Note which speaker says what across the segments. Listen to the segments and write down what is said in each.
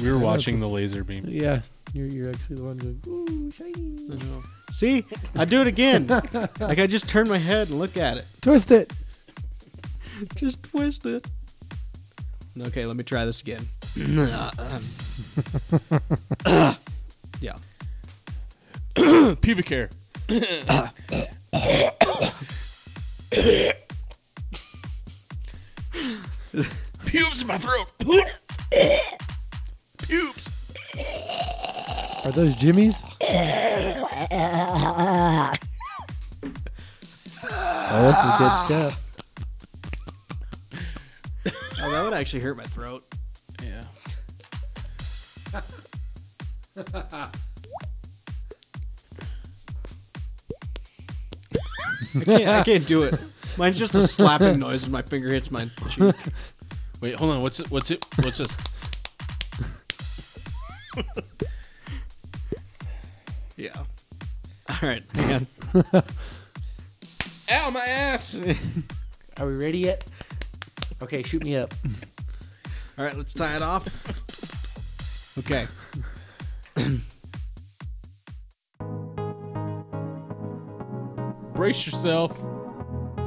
Speaker 1: We were watching the laser beam.
Speaker 2: Yeah, you're, you're actually the one going, ooh, shiny.
Speaker 3: See, I do it again. like I just turn my head and look at it.
Speaker 2: Twist it.
Speaker 3: Just twist it. Okay, let me try this again. yeah.
Speaker 1: Pubic hair. Pubes in my throat. Pubes.
Speaker 2: Are those jimmies? oh, this is good stuff.
Speaker 3: Oh, that would actually hurt my throat.
Speaker 1: Yeah.
Speaker 3: I can't, I can't do it. Mine's just a slapping noise as my finger hits my cheek.
Speaker 1: Wait, hold on. What's it? What's it? What's this?
Speaker 3: Yeah. All right, hang on.
Speaker 1: Ow, my ass.
Speaker 2: Are we ready yet? Okay, shoot me up.
Speaker 3: All right, let's tie it off. Okay.
Speaker 1: Brace yourself.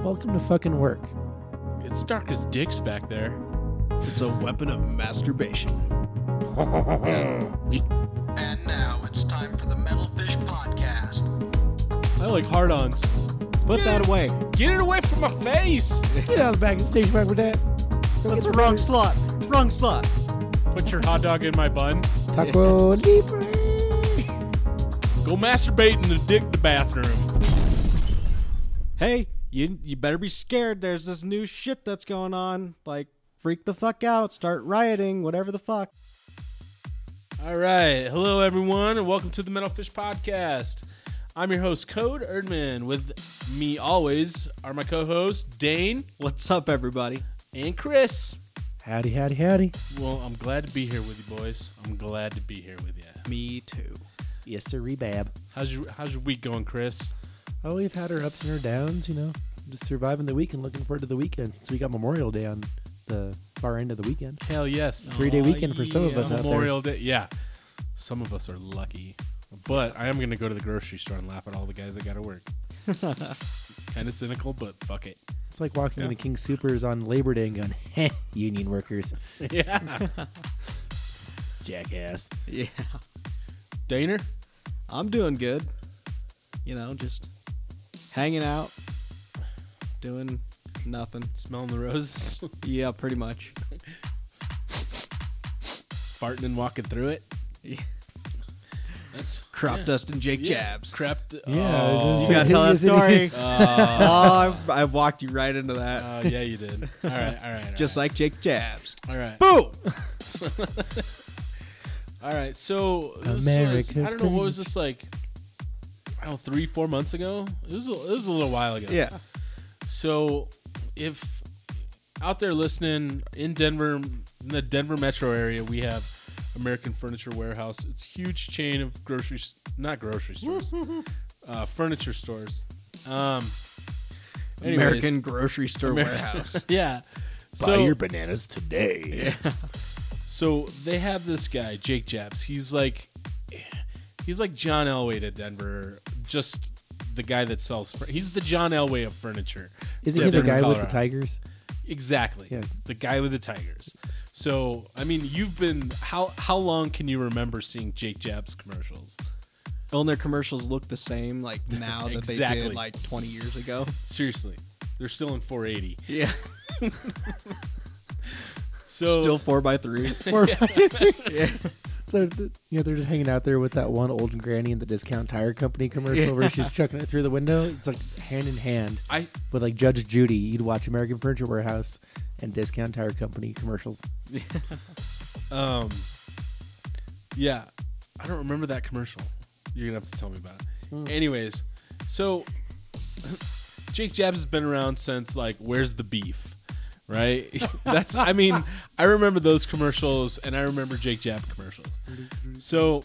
Speaker 2: Welcome to fucking work.
Speaker 1: It's dark as dicks back there.
Speaker 3: It's a weapon of masturbation.
Speaker 4: And now it's time for the Metalfish Podcast.
Speaker 1: I like hard-ons.
Speaker 3: Put that away.
Speaker 1: Get it away from my face.
Speaker 2: Get out of the back and stage back with that.
Speaker 3: That's the wrong slot. Wrong slot.
Speaker 1: Put your hot dog in my bun.
Speaker 2: Taco Libre.
Speaker 1: Go masturbate in the dick the bathroom.
Speaker 3: Hey, you you better be scared. There's this new shit that's going on. Like, freak the fuck out, start rioting, whatever the fuck.
Speaker 1: All right. Hello, everyone, and welcome to the Metal Fish Podcast. I'm your host, Code Erdman. With me always are my co-hosts, Dane
Speaker 3: What's up, everybody?
Speaker 1: and Chris.
Speaker 2: Howdy, howdy, howdy.
Speaker 1: Well, I'm glad to be here with you, boys. I'm glad to be here with you.
Speaker 3: Me too.
Speaker 2: Yes, sir, rebab.
Speaker 1: How's your How's your week going, Chris?
Speaker 2: Oh, we've had our ups and our downs, you know. Just surviving the week and looking forward to the weekend since we got Memorial Day on the far end of the weekend.
Speaker 1: Hell yes.
Speaker 2: Three day weekend for some of
Speaker 3: yeah.
Speaker 2: us out
Speaker 1: Memorial Day. Yeah. Some of us are lucky. But I am going to go to the grocery store and laugh at all the guys that got to work. kind of cynical, but fuck it.
Speaker 2: there. It's like walking
Speaker 1: Yeah.
Speaker 2: into King Supers on Labor Day and going, heh, union workers.
Speaker 1: Yeah.
Speaker 2: Jackass.
Speaker 3: Yeah.
Speaker 1: Daner?
Speaker 3: I'm doing good. You know, just hanging out, doing nothing.
Speaker 1: Smelling the roses,
Speaker 3: Yeah, pretty much.
Speaker 1: farting and walking through it.
Speaker 3: Yeah.
Speaker 1: That's
Speaker 3: Crop
Speaker 1: yeah.
Speaker 3: dust and Jake
Speaker 1: Yeah.
Speaker 3: Jabs.
Speaker 1: Crap.
Speaker 2: Yeah,
Speaker 1: Oh.
Speaker 2: this
Speaker 3: You
Speaker 2: is-
Speaker 3: gotta tell that story.
Speaker 1: Uh,
Speaker 3: oh, I, I walked you right into that.
Speaker 1: uh, yeah, you did. All right, all right. all
Speaker 3: Just
Speaker 1: right.
Speaker 3: like Jake Jabs.
Speaker 1: All right.
Speaker 3: Boom!
Speaker 1: All right. So this was-
Speaker 2: America's
Speaker 1: I don't know what was
Speaker 2: baby.
Speaker 1: this like. I don't know, three, four months ago. It was a, it was a little while ago.
Speaker 3: Yeah.
Speaker 1: So, if out there listening in Denver, in the Denver metro area, we have American Furniture Warehouse. It's a huge chain of grocery, s- not grocery stores, uh, furniture stores. Um, anyways,
Speaker 3: American grocery store
Speaker 1: Amer-
Speaker 3: warehouse.
Speaker 1: yeah. So,
Speaker 4: bananas today.
Speaker 1: so they have this guy, Jake Japs. He's like, he's like John Elway to Denver. Just the guy that sells. fur- He's the John Elway of furniture.
Speaker 2: Isn't
Speaker 1: for
Speaker 2: he the
Speaker 1: Denver,
Speaker 2: guy with
Speaker 1: Colorado.
Speaker 2: the tigers?
Speaker 1: Exactly.
Speaker 2: Yeah.
Speaker 1: The guy with the tigers. So, I mean, you've been how how long can you remember seeing Jake Jabs commercials?
Speaker 3: Well, and their commercials look the same like now that they
Speaker 1: Exactly.
Speaker 3: did like 20 years ago.
Speaker 1: Seriously. They're still in 480.
Speaker 3: Yeah.
Speaker 1: So
Speaker 3: Still 4x3.
Speaker 2: Or-
Speaker 3: yeah.
Speaker 2: So th- you know they're just hanging out there with that one old granny in the discount tire company commercial where she's chucking it through the window. It's like hand in hand
Speaker 1: I
Speaker 2: with like Judge Judy. You'd watch American Furniture Warehouse and discount tire company commercials.
Speaker 1: um yeah, I don't remember that commercial. You're going to have to tell me about it. Anyways, so Jake Jabs has been around since like where's the beef? Right? That's I mean, I remember those commercials and I remember Jake Jab commercials. So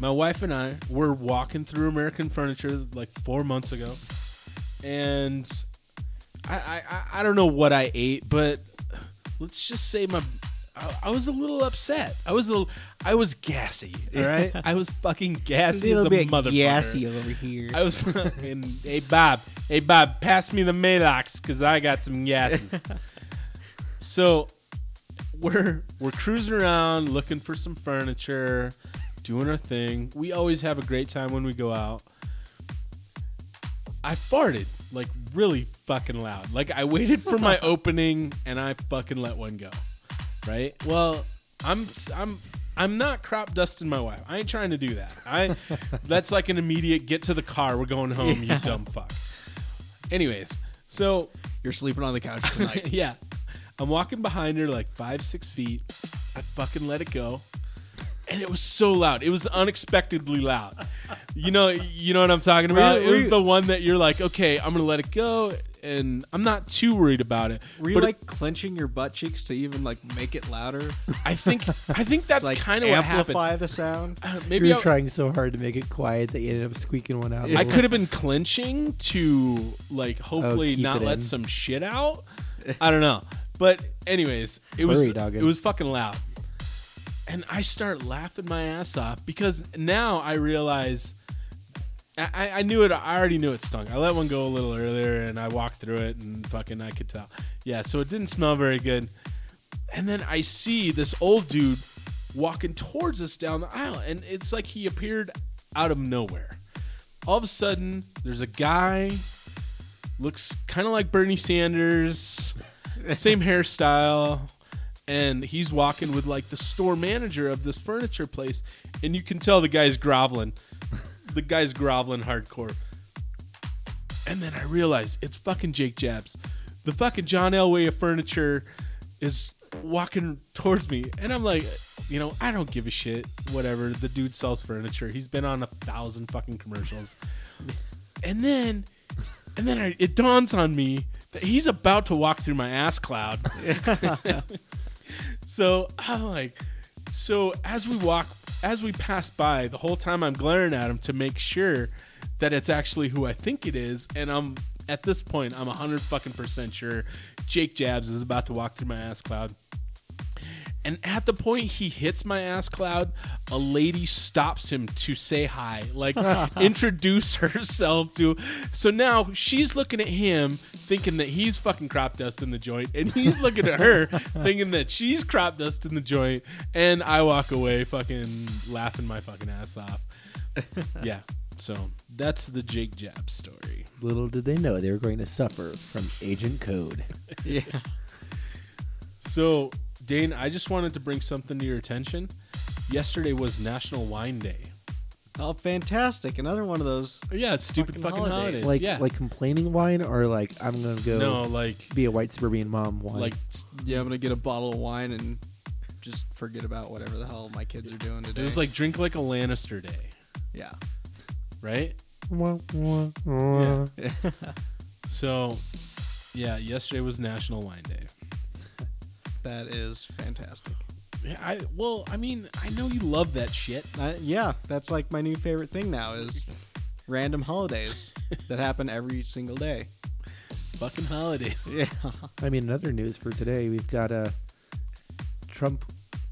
Speaker 1: my wife and I were walking through American Furniture like four months ago, and I I, I- I don't know what I ate, but let's just say my I, I was a little upset. I was a l- I was gassy. All right, I was fucking gassy as a motherfucker.
Speaker 3: over here.
Speaker 1: I was fucking. hey Bob, hey Bob, pass me the Malox because I got some gases. so we're we're cruising around looking for some furniture, doing our thing. We always have a great time when we go out. I farted like really fucking loud. Like I waited for my opening and I fucking let one go. Right? Well, I'm I'm I'm not crop dusting my wife. I ain't trying to do that. I that's like an immediate get to the car. We're going home, you dumb fuck. Anyways, so
Speaker 3: You're sleeping on the couch tonight.
Speaker 1: yeah. I'm walking behind her like five, six feet. I fucking let it go. And it was so loud. It was unexpectedly loud. You know, you know what I'm talking about?
Speaker 3: you-
Speaker 1: it
Speaker 3: were
Speaker 1: was
Speaker 3: you-
Speaker 1: the one that you're like, okay, I'm gonna let it go and I'm not too worried about it.
Speaker 3: Were you
Speaker 1: but
Speaker 3: like clenching your butt cheeks to even like make it louder?
Speaker 1: I think I think that's
Speaker 3: like
Speaker 1: kind of what happened.
Speaker 3: amplify the sound.
Speaker 1: Uh,
Speaker 2: You
Speaker 1: Maybe
Speaker 2: were
Speaker 1: I,
Speaker 2: trying so hard to make it quiet that you ended up squeaking one out. a
Speaker 1: I
Speaker 2: little.
Speaker 1: could have been clenching to like hopefully
Speaker 2: Oh, keep
Speaker 1: not
Speaker 2: it
Speaker 1: let
Speaker 2: in.
Speaker 1: some shit out. I don't know. But anyways, it was
Speaker 2: Hurry, doggo.
Speaker 1: it was fucking loud. And I start laughing my ass off because now I realize I- I, I knew it. I already knew it stunk. I let one go a little earlier, and I walked through it, and fucking, I could tell. Yeah, so it didn't smell very good. And then I see this old dude walking towards us down the aisle, and it's like he appeared out of nowhere. All of a sudden, there's a guy, looks kind of like Bernie Sanders, same hairstyle, and he's walking with like the store manager of this furniture place, and you can tell the guy's groveling. The guy's groveling hardcore. And then I realized it's fucking Jake Jabs. The fucking John Elway of furniture is walking towards me. And I'm like, you know, I don't give a shit. Whatever. The dude sells furniture. He's been on a thousand fucking commercials. And then and then I, it dawns on me that he's about to walk through my ass cloud. so I'm like, so as we walk, as we pass by, the whole time I'm glaring at him to make sure that it's actually who I think it is, and I'm at this point I'm hundred fucking percent sure Jake Jabs is about to walk through my ass cloud. And at the point he hits my ass cloud, a lady stops him to say hi, like introduce herself to. So now she's looking at him, thinking that he's fucking crop dust in the joint, and he's looking at her, thinking that she's crop dust in the joint. And I walk away, fucking laughing my fucking ass off. Yeah. So that's the Jake Jab story.
Speaker 2: Little did they know they were going to suffer from Agent Code.
Speaker 3: Yeah.
Speaker 1: So, Dane, I just wanted to bring something to your attention. Yesterday was National Wine Day.
Speaker 3: Oh, fantastic! Another one of those.
Speaker 1: Yeah, it's stupid
Speaker 3: Fucking
Speaker 1: fucking, holidays.
Speaker 3: holidays.
Speaker 2: Like
Speaker 1: yeah.
Speaker 2: like complaining wine or like I'm gonna go
Speaker 1: no, like
Speaker 2: be a white suburban mom wine.
Speaker 1: like
Speaker 3: Yeah, I'm gonna get a bottle of wine and just forget about whatever the hell my kids are doing today.
Speaker 1: it was like drink like a Lannister day,
Speaker 3: yeah,
Speaker 1: right?
Speaker 2: Wah, wah, wah.
Speaker 1: Yeah. So, yeah, yesterday was National Wine Day.
Speaker 3: that is fantastic.
Speaker 1: Yeah, I well, I mean, I know you love that shit.
Speaker 3: Uh, yeah, that's like my new favorite thing now is random holidays that happen every single day.
Speaker 1: Fucking holidays.
Speaker 3: Yeah.
Speaker 2: I mean, another news for today, we've got uh, Trump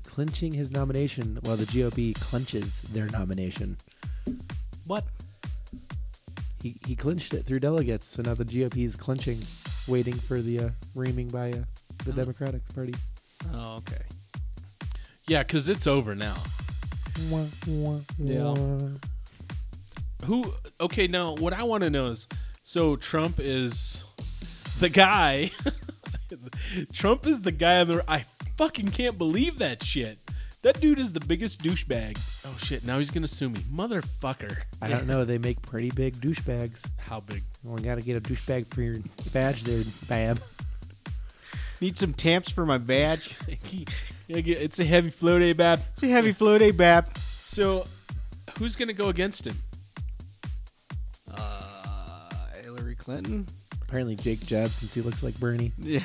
Speaker 2: clinching his nomination while the GOP clinches their nomination.
Speaker 3: What?
Speaker 2: He, he clinched it through delegates, so now the GOP is clinching, waiting for the uh, reaming by uh, the Democratic Party.
Speaker 3: Oh, okay.
Speaker 1: Yeah, cuz it's over now.
Speaker 2: Wah, wah,
Speaker 3: Yeah.
Speaker 2: wah.
Speaker 1: Who Okay, now what I want to know is so Trump is the guy Trump is the guy on the I fucking can't believe that shit. That dude is the biggest douchebag. Oh shit, now he's going to sue me. Motherfucker.
Speaker 2: I don't know. They make pretty big douchebags.
Speaker 1: How big?
Speaker 2: Only got to get a douchebag for your badge there, Bab.
Speaker 3: Need some tamps for my badge.
Speaker 1: it's a heavy flow day, Bab.
Speaker 3: It's a heavy flow day, Bap.
Speaker 1: So, who's going to go against him?
Speaker 3: Uh, Hillary Clinton.
Speaker 2: Apparently, Jake Jab, since he looks like Bernie.
Speaker 3: Yeah.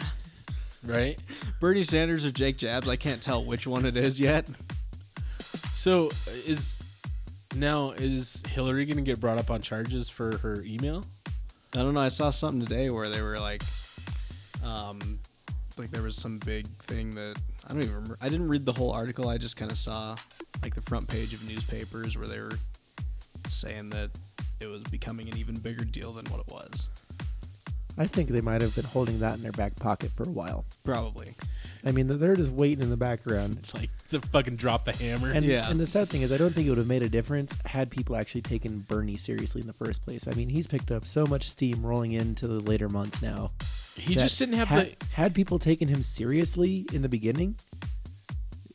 Speaker 1: Right?
Speaker 3: Bernie Sanders or Jake Jabs. I can't tell which one it is yet.
Speaker 1: So, uh, is now is Hillary going to get brought up on charges for her email?
Speaker 3: I don't know. I saw something today where they were like, um, like there was some big thing that I don't even remember. I didn't read the whole article. I just kind of saw like the front page of newspapers where they were saying that it was becoming an even bigger deal than what it was.
Speaker 2: I think they might have been holding that in their back pocket for a while.
Speaker 3: Probably.
Speaker 2: I mean, they're just waiting in the background.
Speaker 1: Like to fucking drop the hammer.
Speaker 2: And,
Speaker 3: Yeah.
Speaker 2: and the sad thing is, I don't think it would have made a difference had people actually taken Bernie seriously in the first place. I mean, he's picked up so much steam rolling into the later months now.
Speaker 1: he
Speaker 2: that
Speaker 1: just didn't have
Speaker 2: had,
Speaker 1: the
Speaker 2: had people taken him seriously in the beginning,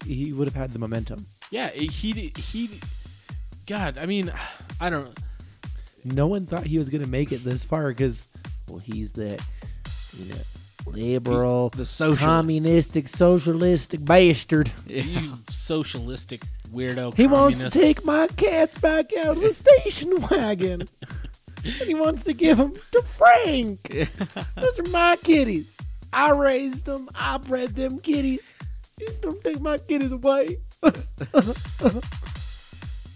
Speaker 2: he would have had the momentum.
Speaker 1: yeah. it- He di- he. di- God, I mean, I don't.
Speaker 2: No one thought he was going to make it this far because, well, he's that, you know, liberal,
Speaker 3: The social-
Speaker 2: communistic, socialistic bastard.
Speaker 1: You socialistic weirdo.
Speaker 2: He wants to
Speaker 1: communist.
Speaker 2: take my cats back out of the station wagon. and he wants to give them to Frank. Those are my kitties. I raised them. I bred them kitties. You Don't take my kitties away.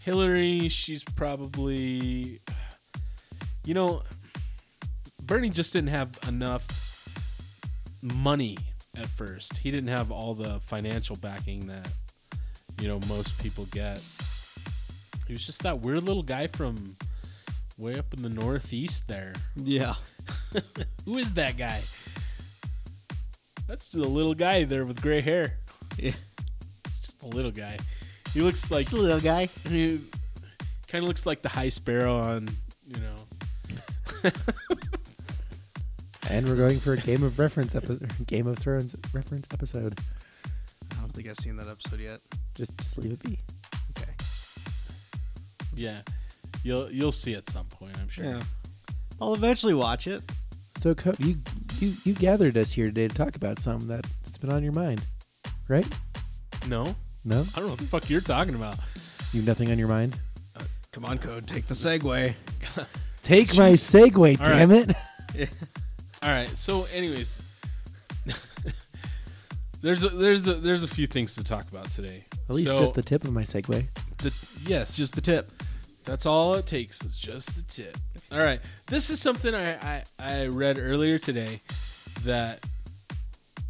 Speaker 1: Hillary, she's probably, you know, Bernie just didn't have enough money at first. He didn't have all the financial backing that, you know, most people get. He was just that weird little guy from way up in the Northeast there.
Speaker 3: Yeah.
Speaker 1: Who is that guy? That's the little guy there with gray hair.
Speaker 3: Yeah.
Speaker 1: Just a little guy. He looks like
Speaker 3: little guy.
Speaker 1: I mean, kind of looks like the high sparrow on, you know.
Speaker 2: And we're going for a Game of Reference episode, Game of Thrones reference episode.
Speaker 3: I don't think I've seen that episode yet.
Speaker 2: Just, just leave it be.
Speaker 3: Okay.
Speaker 1: Yeah, you'll you'll see at some point, I'm sure.
Speaker 3: Yeah. I'll eventually watch it.
Speaker 2: So Co- you, you you gathered us here today to talk about something that, that's been on your mind, right?
Speaker 1: No,
Speaker 2: No,
Speaker 1: I don't know what the fuck you're talking about.
Speaker 2: you have nothing on your mind.
Speaker 3: Come on, Code, take the segue.
Speaker 2: Take my segue,
Speaker 1: All
Speaker 2: damn it.
Speaker 1: All right. So, anyways, there's a, there's a, there's a few things to talk about today.
Speaker 2: At least
Speaker 1: So,
Speaker 2: just the tip of my segue.
Speaker 1: the- yes,
Speaker 3: Just the tip.
Speaker 1: That's all it takes is just the tip. All right. This is something I, I, I read earlier today that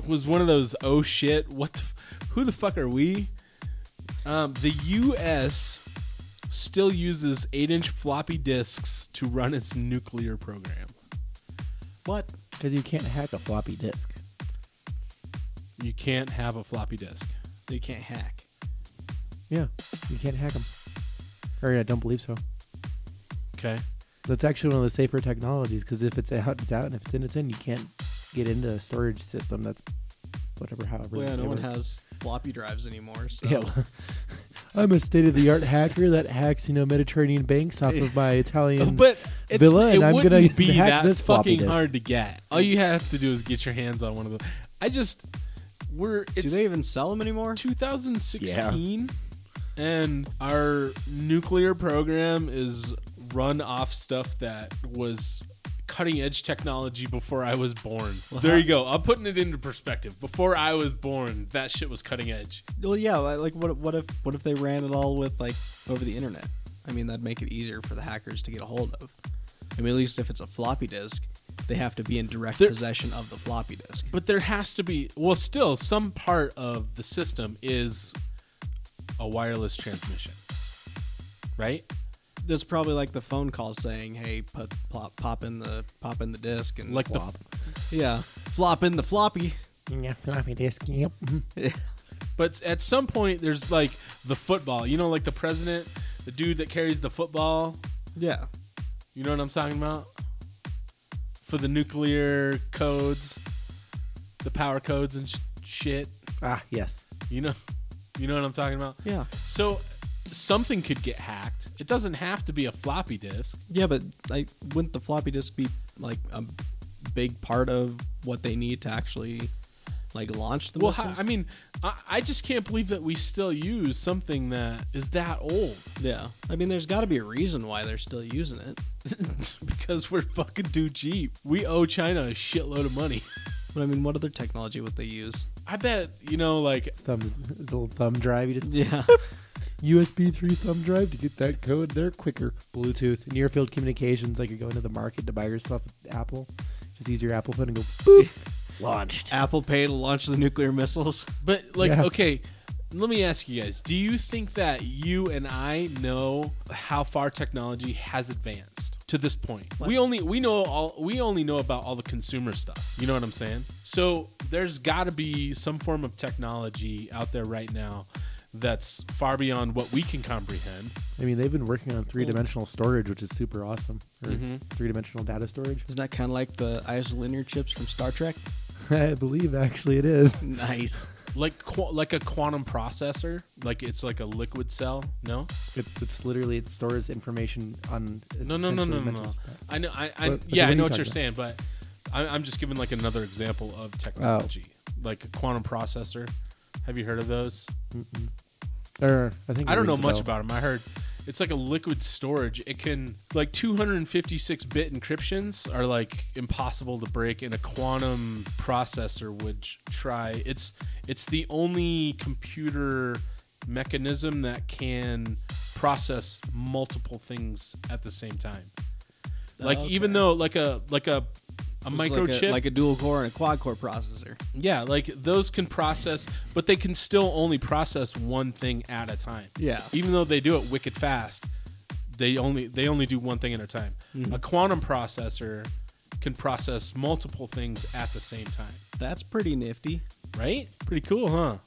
Speaker 1: was one of those oh shit, what the, f- who the fuck are we? Um, the US still uses 8 inch floppy disks to run its nuclear program.
Speaker 3: What?
Speaker 2: Because you can't hack a floppy disk.
Speaker 1: You can't have a floppy disk.
Speaker 3: You can't hack.
Speaker 2: Yeah, you can't hack them. Or I don't believe so.
Speaker 1: Okay.
Speaker 2: That's actually one of the safer technologies because if it's out, it's out, and if it's in, it's in. You can't get into a storage system that's whatever, however.
Speaker 3: Well, yeah,
Speaker 2: they
Speaker 3: no one
Speaker 2: work.
Speaker 3: has floppy drives anymore. So.
Speaker 2: Yeah. well, I'm a state of the art hacker that hacks, you know, Mediterranean banks off of my
Speaker 3: Oh,
Speaker 2: Italian.
Speaker 1: But it's,
Speaker 2: Villa,
Speaker 1: it
Speaker 2: and I'm
Speaker 1: wouldn't
Speaker 2: gonna
Speaker 1: be
Speaker 2: hack
Speaker 1: that
Speaker 2: this floppy
Speaker 1: fucking
Speaker 2: disk.
Speaker 1: hard to get. All you have to do is get your hands on one of those. I just we're
Speaker 3: Do
Speaker 1: it's
Speaker 3: they even sell them anymore?
Speaker 1: 2016 and our nuclear program is run off stuff that was cutting edge technology before I was born. There you go. I'm putting it into perspective. Before I was born, that shit was cutting edge.
Speaker 3: Well, yeah. li- Like, what? What if? What if they ran it all with like over the internet? I mean, that'd make it easier for the hackers to get a hold of. I mean, at least if it's a floppy disk, they have to be in direct
Speaker 1: There-
Speaker 3: possession of the floppy disk.
Speaker 1: But there has to be well still some part of the system is a wireless transmission. Right?
Speaker 3: That's probably like the phone call saying, "Hey, put, plop, pop in the pop in the disk and
Speaker 1: Like the
Speaker 3: flop. yeah, flop in the floppy."
Speaker 2: Yeah, floppy disk. Yep.
Speaker 1: But at some point, there's like the football. You know, like the president, the dude that carries the football.
Speaker 3: Yeah,
Speaker 1: You know what I'm talking about? For the nuclear codes, the power codes and sh- shit.
Speaker 2: Ah, yes.
Speaker 1: You know, you know what I'm talking about.
Speaker 3: yeah,
Speaker 1: So something could get hacked. It doesn't have to be a floppy disk.
Speaker 3: yeah. But like, wouldn't the floppy disk be like a big part of what they need to actually like launch the
Speaker 1: Well,
Speaker 3: missiles?
Speaker 1: I, I mean, I, I just can't believe that we still use something that is that old
Speaker 3: Yeah. I mean, there's got to be a reason why they're still using it.
Speaker 1: because we're fucking too cheap. We owe China a shitload of money.
Speaker 3: But I mean, what other technology would they use?
Speaker 1: I bet you know, like
Speaker 2: Thumb, little thumb drive. You just
Speaker 3: Yeah.
Speaker 2: USB three thumb drive to get that code. They're quicker. Bluetooth, near field communications. Like you're going to the market to buy yourself an Apple. Just use your Apple phone and go boop. Launched.
Speaker 3: Apple paid to launch the nuclear missiles.
Speaker 1: But like,
Speaker 2: Yeah.
Speaker 1: okay, let me ask you guys: Do you think that you and I know how far technology has advanced to this point? We only we know all we only know about all the consumer stuff. You know what I'm saying? So there's got to be some form of technology out there right now that's far beyond what we can comprehend.
Speaker 2: I mean, they've been working on three dimensional storage, which is super awesome. Or three dimensional data storage.
Speaker 3: Isn't that kind of like the isolinear chips from Star Trek?
Speaker 2: I believe actually it is.
Speaker 3: Nice.
Speaker 1: Like qu- like a quantum processor, like it's like a liquid cell. No,
Speaker 2: It, it's literally it stores information on.
Speaker 1: no, no, no,
Speaker 2: essentially
Speaker 1: no, no,
Speaker 2: mental
Speaker 1: no.
Speaker 2: sp-
Speaker 1: I know. I, I
Speaker 2: What- what
Speaker 1: yeah,
Speaker 2: are
Speaker 1: I
Speaker 2: you
Speaker 1: know what
Speaker 2: talking
Speaker 1: you're
Speaker 2: about? Oh.
Speaker 1: saying, but I'm, I'm just giving like another example of technology, like a quantum processor. Have you heard of those?
Speaker 2: Or, I think
Speaker 1: I
Speaker 2: it
Speaker 1: don't know
Speaker 2: rings a
Speaker 1: much
Speaker 2: bell.
Speaker 1: about them. I heard it's like a liquid storage. It can like 256 bit encryptions are like impossible to break, and a quantum processor would ch- try. It's it's the only computer mechanism that can process multiple things at the same time. Like even though like a like a a
Speaker 3: It's
Speaker 1: microchip,
Speaker 3: like a, like a dual core and a quad core processor.
Speaker 1: yeah, like those can process, but they can still only process one thing at a time.
Speaker 3: Yeah.
Speaker 1: Even though they do it wicked fast, they only they only do one thing at a time. A quantum processor can process multiple things at the same time.
Speaker 3: That's pretty nifty.
Speaker 1: Right? Pretty cool, huh?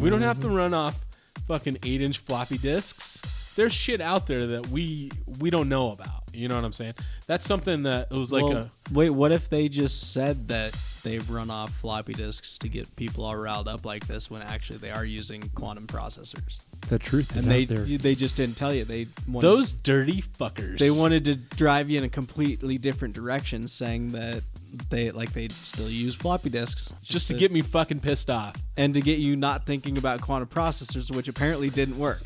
Speaker 1: We don't have to run off fucking eight inch floppy disks. There's shit out there that we we don't know about. You know what I'm saying? That's something that it was like
Speaker 3: Well,
Speaker 1: a
Speaker 3: wait, what if they just said that they've run off floppy disks to get people all riled up like this when actually they are using quantum processors?
Speaker 2: The truth
Speaker 3: And
Speaker 2: is
Speaker 3: they
Speaker 2: out there.
Speaker 3: you- they just didn't tell you. They wanted,
Speaker 1: those dirty fuckers.
Speaker 3: they wanted to drive you in a completely different direction, saying that they like they still use floppy disks
Speaker 1: just to get me fucking pissed off.
Speaker 3: and to get you not thinking about quantum processors, which apparently didn't work.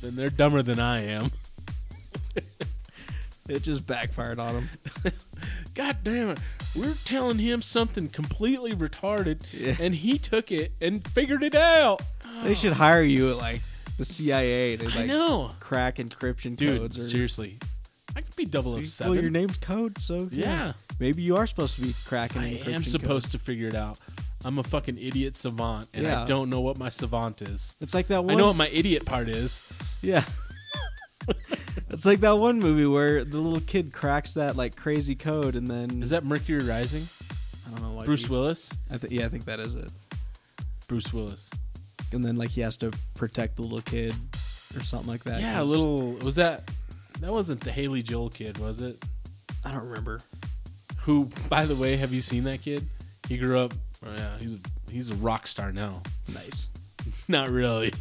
Speaker 1: Then they're dumber than I am.
Speaker 3: It just backfired on them.
Speaker 1: God damn it. We're telling him something completely retarded,
Speaker 3: Yeah.
Speaker 1: and he took it and figured it out.
Speaker 3: They should hire you at like the CIA to
Speaker 1: Oh. I
Speaker 3: like
Speaker 1: know.
Speaker 3: crack encryption
Speaker 1: Dude,
Speaker 3: codes or
Speaker 1: seriously. I could be 007.
Speaker 3: Well, your name's code, so yeah.
Speaker 1: Yeah.
Speaker 3: Maybe you are supposed to be cracking.
Speaker 1: I
Speaker 3: encryption
Speaker 1: am supposed to figure it out. I'm a fucking idiot savant, and I
Speaker 3: Yeah.
Speaker 1: don't know what my savant is.
Speaker 3: It's like that
Speaker 1: I
Speaker 3: one.
Speaker 1: know what my idiot part is.
Speaker 3: yeah. it's like that one movie where the little kid cracks that like crazy code, and then
Speaker 1: Is that Mercury Rising?
Speaker 3: I don't know why
Speaker 1: Bruce
Speaker 3: he-
Speaker 1: Willis?
Speaker 3: I thi- yeah, I think that is it.
Speaker 1: Bruce Willis.
Speaker 3: And then like he has to protect the little kid or something like that.
Speaker 1: Yeah, a
Speaker 3: 'cause-
Speaker 1: little. Was that. That wasn't the Haley Joel kid, was it?
Speaker 3: I don't remember.
Speaker 1: Who, by the way, have you seen that kid? He grew up. Oh yeah, he's a, he's a rock star now.
Speaker 3: Nice.
Speaker 1: Not really.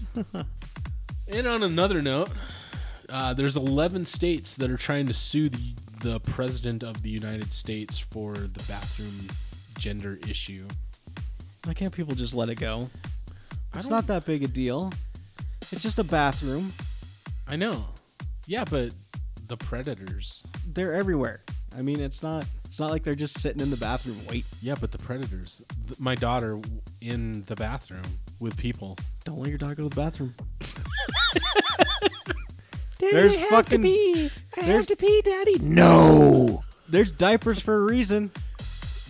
Speaker 1: and on another note, uh, there's 11 states that are trying to sue the, the president of the United States for the bathroom gender issue.
Speaker 3: Why can't people just let it go?
Speaker 1: I
Speaker 3: It's
Speaker 1: don't-
Speaker 3: not that big a deal. It's just a bathroom.
Speaker 1: I know. Yeah, but the predators.
Speaker 3: They're everywhere. I mean, it's not. It's not like they're just sitting in the bathroom waiting.
Speaker 1: Yeah, but the predators. Th- my daughter w- in the bathroom with people.
Speaker 3: Don't let your dog go to the bathroom.
Speaker 2: Daddy,
Speaker 3: There's
Speaker 2: I have
Speaker 3: fucking-
Speaker 2: to pee. I
Speaker 3: there's-
Speaker 2: have to pee, Daddy. No.
Speaker 3: There's diapers for a reason.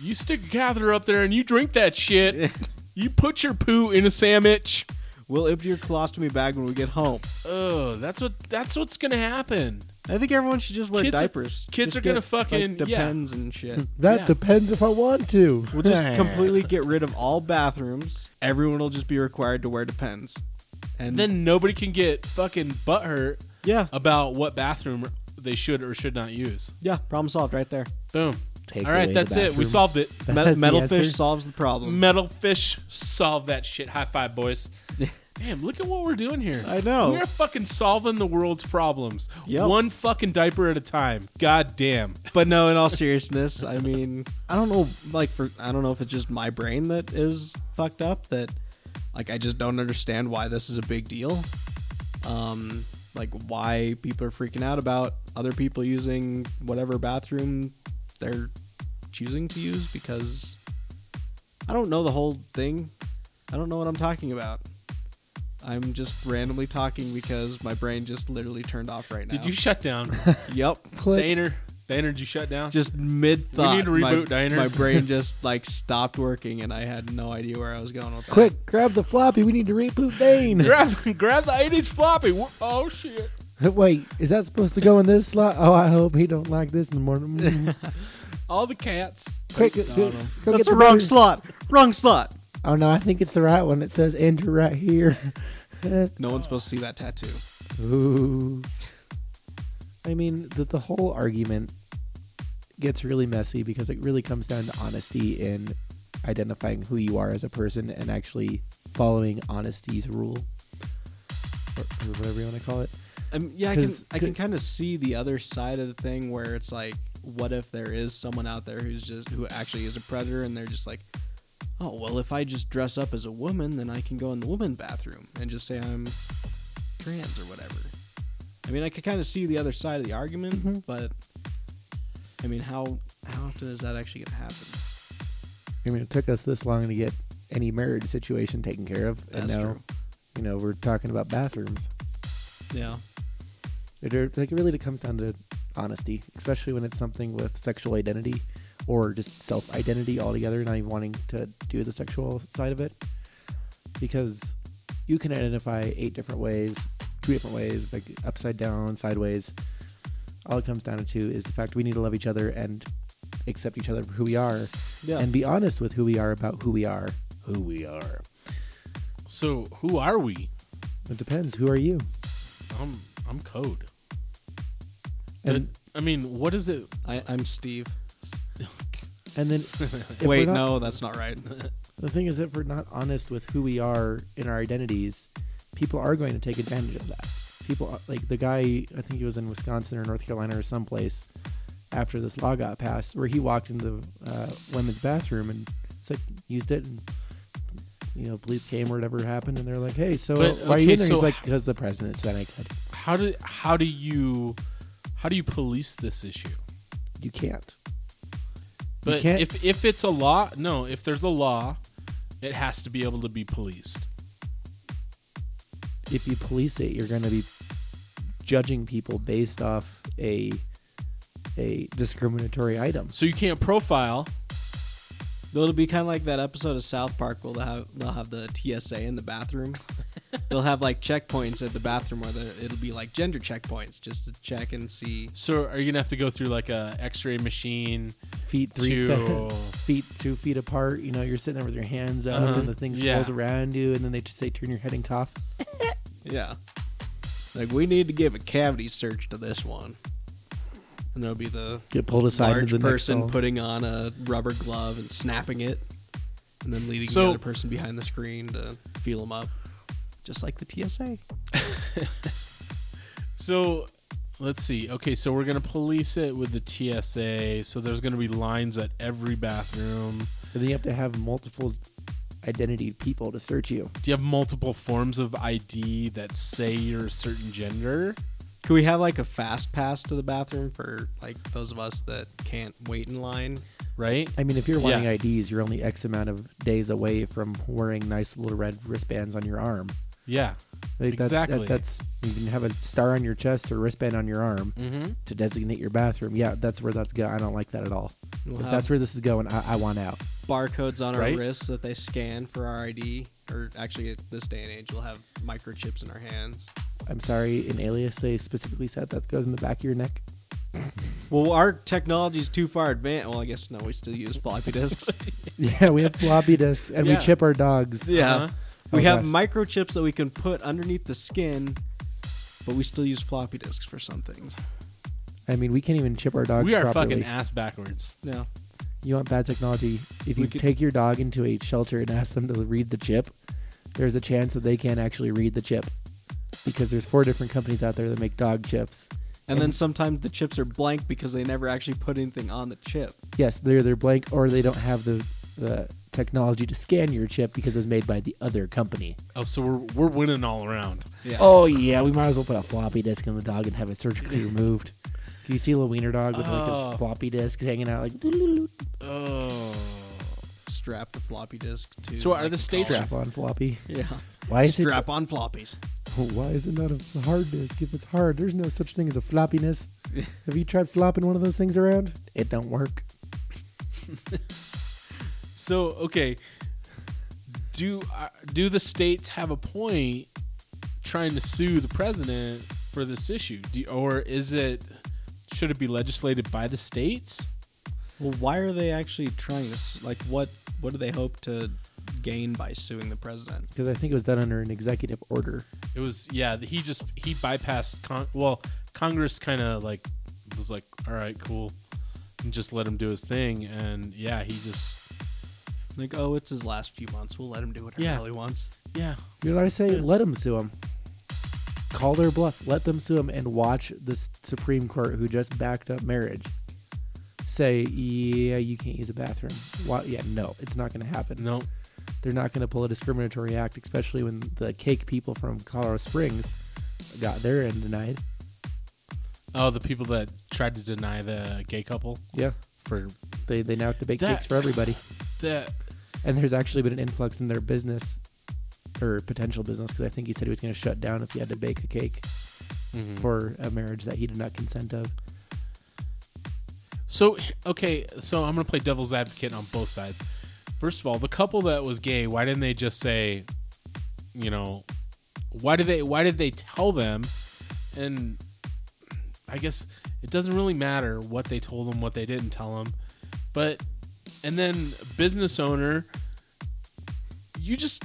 Speaker 1: You stick a catheter up there and you drink that shit. you put your poo in a sandwich.
Speaker 3: We'll empty your colostomy bag when we get home.
Speaker 1: Oh, that's what that's what's gonna happen.
Speaker 3: I think everyone should just wear
Speaker 1: Kids are-
Speaker 3: diapers.
Speaker 1: kids
Speaker 3: Just
Speaker 1: are gonna
Speaker 3: get,
Speaker 1: fucking-
Speaker 3: like,
Speaker 1: yeah.
Speaker 3: depends and shit.
Speaker 2: That
Speaker 1: Yeah.
Speaker 2: depends if I want to.
Speaker 3: We'll just completely get rid of all bathrooms. Everyone will just be required to wear depends. And
Speaker 1: Then nobody can get fucking butthurt
Speaker 3: yeah,
Speaker 1: about what bathroom they should or should not use.
Speaker 3: yeah, problem solved right there.
Speaker 1: Boom.
Speaker 2: Take
Speaker 1: All right,
Speaker 2: away the
Speaker 1: that's it. We
Speaker 2: bathrooms.
Speaker 1: solved it.
Speaker 3: Me-
Speaker 2: That's the
Speaker 3: metal fish
Speaker 2: answer.
Speaker 3: solves the problem.
Speaker 1: Metal fish solved that shit. High five, boys. Damn, look at what we're doing here.
Speaker 3: I know.
Speaker 1: We're fucking solving the world's problems.
Speaker 3: Yep.
Speaker 1: One fucking diaper at a time. God damn.
Speaker 3: but no, in all seriousness, I mean, I don't know, like, for I don't know if it's just my brain that is fucked up that, like, I just don't understand why this is a big deal. Um, like, why people are freaking out about other people using whatever bathroom they're choosing to use because I don't know the whole thing. I don't know what I'm talking about. I'm just randomly talking because my brain just literally turned off right now.
Speaker 1: Did you shut down?
Speaker 3: Yep.
Speaker 2: Click.
Speaker 1: Daner. The energy shut down.
Speaker 3: Just mid thought,
Speaker 1: need to
Speaker 3: my,
Speaker 1: reboot Diner.
Speaker 3: my brain just like stopped working, and I had no idea where I was going with that.
Speaker 2: Quick, grab the floppy. We need to reboot Bane.
Speaker 1: grab, grab the eight inch floppy. Wha- Oh shit!
Speaker 2: Wait, is that supposed to go in this slot? Oh, I hope he don't like this in the morning.
Speaker 1: All the cats.
Speaker 2: Quick, go,
Speaker 1: Pooped
Speaker 2: go
Speaker 1: on 'em.
Speaker 2: get
Speaker 3: That's
Speaker 2: the
Speaker 3: the wrong
Speaker 2: blue-
Speaker 3: slot. Wrong slot.
Speaker 2: Oh no, I think it's the right one. It says enter right here.
Speaker 3: No one's supposed to see that tattoo.
Speaker 2: Ooh. I mean, the, the whole argument gets really messy because it really comes down to honesty and identifying who you are as a person and actually following honesty's rule or or whatever you want to call it.
Speaker 3: Um, yeah, I can
Speaker 2: 'Cause-
Speaker 3: I can kind of see the other side of the thing where it's like, what if there is someone out there who's just who actually is a predator, and they're just like, oh well, if I just dress up as a woman, then I can go in the woman bathroom and just say I'm trans or whatever. I mean, I could kind of see the other side of the argument,
Speaker 2: Mhm.
Speaker 3: but I mean, how how often is that actually gonna happen?
Speaker 2: I mean, it took us this long to get any marriage situation taken care of, and
Speaker 3: That's
Speaker 2: now
Speaker 3: true.
Speaker 2: you know we're talking about bathrooms.
Speaker 3: Yeah,
Speaker 2: It it- like it really comes down to honesty, especially when it's something with sexual identity or just self identity altogether, not even wanting to do the sexual side of it. Because you can identify eight different ways, two different ways, like upside down, sideways. All it comes down to is the fact we need to love each other and accept each other for who we are
Speaker 3: yeah.
Speaker 2: and be honest with who we are about who we are. Who we are.
Speaker 1: So who are we?
Speaker 2: It depends. Who are you?
Speaker 1: I'm I'm code.
Speaker 2: And
Speaker 1: I mean, what is it?
Speaker 3: I, I'm Steve.
Speaker 2: and then if we're
Speaker 3: Wait,
Speaker 2: not-
Speaker 3: no, that's not right.
Speaker 2: The thing is, if we're not honest with who we are in our identities, people are going to take advantage of that. People are- like the guy, I think he was in Wisconsin or North Carolina or someplace after this law got passed, where he walked into the uh, women's bathroom and it's like used it, and you know, police came or whatever happened, and they're like, "Hey, so
Speaker 1: But,
Speaker 2: why are you
Speaker 1: okay,
Speaker 2: in there?"
Speaker 1: so-
Speaker 2: He's like, "Because the president said I could."
Speaker 1: How do how do you how do you police this issue?
Speaker 2: You can't.
Speaker 1: But
Speaker 2: can't-
Speaker 1: if if it's a law, no, if there's a law, it has to be able to be policed.
Speaker 2: if you police it, you're going to be judging people based off a a discriminatory item.
Speaker 1: So you can't profile.
Speaker 3: It'll be kind of like that episode of South Park where they'll have they'll have the TSA in the bathroom. they'll have like checkpoints at the bathroom where the, it'll be like gender checkpoints just to check and see.
Speaker 1: So are you gonna have to go through like a X-ray machine?
Speaker 2: Feet three
Speaker 1: To-
Speaker 2: feet two feet apart. You know, you're sitting there with your hands up,
Speaker 1: Uh-huh.
Speaker 2: and the thing
Speaker 1: Yeah.
Speaker 2: swirls around you, and then they just say, "Turn your head and cough."
Speaker 3: Yeah, like we need to give a cavity search to this one, and there'll be the
Speaker 2: Get pulled aside
Speaker 3: large
Speaker 2: to the
Speaker 3: person
Speaker 2: next stall.
Speaker 3: putting on a rubber glove and snapping it, and then leading
Speaker 1: So-
Speaker 3: the other person behind the screen to feel them up, just like the TSA.
Speaker 1: So let's see. Okay, so we're gonna police it with the TSA. So there's gonna be lines at every bathroom.
Speaker 2: and then you have to have multiple identity people to search you.
Speaker 1: Do you have multiple forms of ID that say you're a certain gender?
Speaker 3: Could we have like a fast pass to the bathroom for like those of us that can't wait in line?
Speaker 1: Right?
Speaker 2: I mean, if you're
Speaker 1: Yeah.
Speaker 2: wanting IDs, you're only X amount of days away from wearing nice little red wristbands on your arm.
Speaker 1: Yeah.
Speaker 2: Like that- that-
Speaker 1: Exactly.
Speaker 2: that's you can have a star on your chest or wristband on your arm
Speaker 1: Mm-hmm.
Speaker 2: to designate your bathroom. Yeah, that's where that's going. I don't like that at all.
Speaker 3: We'll
Speaker 2: if
Speaker 3: have
Speaker 2: that's where this is going, I, I want out.
Speaker 3: barcodes on our
Speaker 1: Right?
Speaker 3: wrists that they scan for our ID. Or actually, at this day and age, we'll have microchips in our hands.
Speaker 2: I'm sorry, in Alias they specifically said that goes in the back of your neck.
Speaker 3: Well, our technology's too far advanced. Well, I guess no, we still use floppy disks.
Speaker 2: Yeah, we have floppy disks and
Speaker 1: Yeah.
Speaker 2: we chip our dogs.
Speaker 3: yeah,
Speaker 1: Uh-huh.
Speaker 3: we
Speaker 2: Oh,
Speaker 3: have
Speaker 2: gosh.
Speaker 3: microchips that we can put underneath the skin, but we still use floppy disks for some things.
Speaker 2: I mean, we can't even chip our dogs
Speaker 1: We are
Speaker 2: properly.
Speaker 1: fucking ass backwards.
Speaker 3: Yeah,
Speaker 2: you want bad technology? If
Speaker 3: We
Speaker 2: you
Speaker 3: could-
Speaker 2: take your dog into a shelter and ask them to read the chip, there's a chance that they can't actually read the chip because there's four different companies out there that make dog chips.
Speaker 3: and then
Speaker 2: And-
Speaker 3: sometimes the chips are blank because they never actually put anything on the chip.
Speaker 2: Yes, they're either blank or they don't have the the technology to scan your chip because it was made by the other company.
Speaker 1: Oh, so we're we're winning all around.
Speaker 3: Yeah.
Speaker 2: Oh yeah, we might as well put a floppy disk in the dog and have it surgically removed. Do you see a wiener dog with like
Speaker 1: Oh.
Speaker 2: its floppy disk hanging out? Like doodle-doodle,
Speaker 1: Oh.
Speaker 3: strap the floppy disk to.
Speaker 1: So are
Speaker 3: like,
Speaker 1: the
Speaker 3: a
Speaker 1: states-
Speaker 3: collar.
Speaker 2: strap on floppy.
Speaker 3: Yeah.
Speaker 2: Why is
Speaker 3: strap on floppies.
Speaker 2: it? Well, why is it not a hard disk if it's hard? There's no such thing as a floppiness. Have you tried flopping one of those things around? It don't work.
Speaker 1: So okay, do uh, do the states have a point trying to sue the president for this issue, do, or is it should it be legislated by the states?
Speaker 3: Well, why are they actually trying to s- like what? What do they hope to gain by suing the president?
Speaker 2: Because I think it was done under an executive order.
Speaker 1: It was yeah. He just he bypassed con- well Congress kind of like was like all right cool and just let him do his thing and yeah he just
Speaker 3: Like, oh, it's his last few months. We'll let him do whatever the
Speaker 1: Yeah.
Speaker 3: hell he wants.
Speaker 1: yeah
Speaker 2: You know what I say? Let them sue him. Call their bluff. Let them sue him and watch the S- Supreme Court, who just backed up marriage, say, yeah, you can't use a bathroom. Why? Yeah, no, it's not going to happen.
Speaker 1: no
Speaker 2: They're not going to pull a discriminatory act, especially when the cake people from Colorado Springs got their end denied.
Speaker 1: oh the people that tried to deny the gay couple
Speaker 2: Yeah.
Speaker 1: for
Speaker 2: They, they now have to bake
Speaker 1: That-
Speaker 2: cakes for everybody.
Speaker 1: that
Speaker 2: And there's actually been an influx in their business or potential business because I think he said he was going to shut down if he had to bake a cake
Speaker 1: Mm-hmm.
Speaker 2: for a marriage that he did not consent of.
Speaker 1: So okay, so I'm gonna play devil's advocate on both sides. First of all, the couple that was gay, why didn't they just say, you know, why did they why did they tell them? And I guess it doesn't really matter what they told them, what they didn't tell them. But and then business owner, you just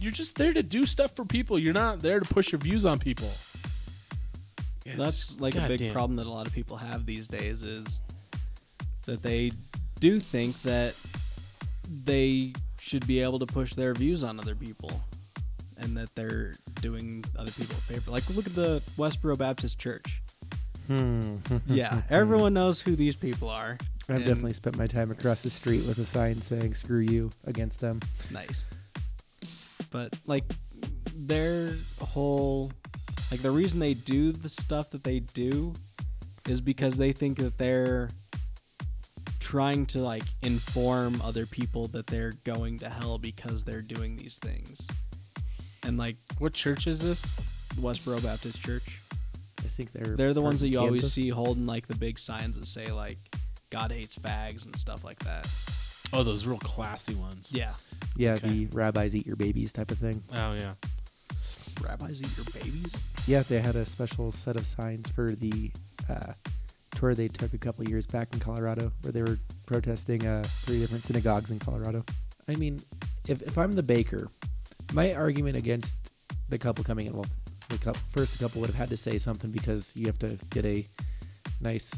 Speaker 1: you're just there to do stuff for people. You're not there to push your views on people. It's-
Speaker 3: That's like a big
Speaker 1: goddamn.
Speaker 3: problem that a lot of people have these days is that they do think that they should be able to push their views on other people and that they're doing other people a favor. Like look at the Westboro Baptist Church. yeah, everyone knows who these people are.
Speaker 2: Hmm. I've
Speaker 3: and-
Speaker 2: definitely spent my time across the street with a sign saying "Screw you" against them.
Speaker 3: Nice. But like their whole like the reason they do the stuff that they do is because they think that they're trying to like inform other people that they're going to hell because they're doing these things. And like
Speaker 1: What church is this?
Speaker 3: Westboro Baptist Church,
Speaker 2: I think they're
Speaker 3: they're the ones that you always
Speaker 2: Kansas?
Speaker 3: see holding like the big signs that say like God hates fags and stuff like that.
Speaker 1: Oh, those real classy ones.
Speaker 3: Yeah.
Speaker 2: Yeah,
Speaker 1: Okay.
Speaker 2: the rabbis eat your babies type of thing.
Speaker 1: Oh yeah.
Speaker 3: Rabbis eat your babies?
Speaker 2: Yeah, they had a special set of signs for the uh, tour they took a couple years back in Colorado, where they were protesting uh, three different synagogues in Colorado. I mean, if, if I'm the baker, my argument against the couple coming in, well, the couple, first the couple would have had to say something because you have to get a nice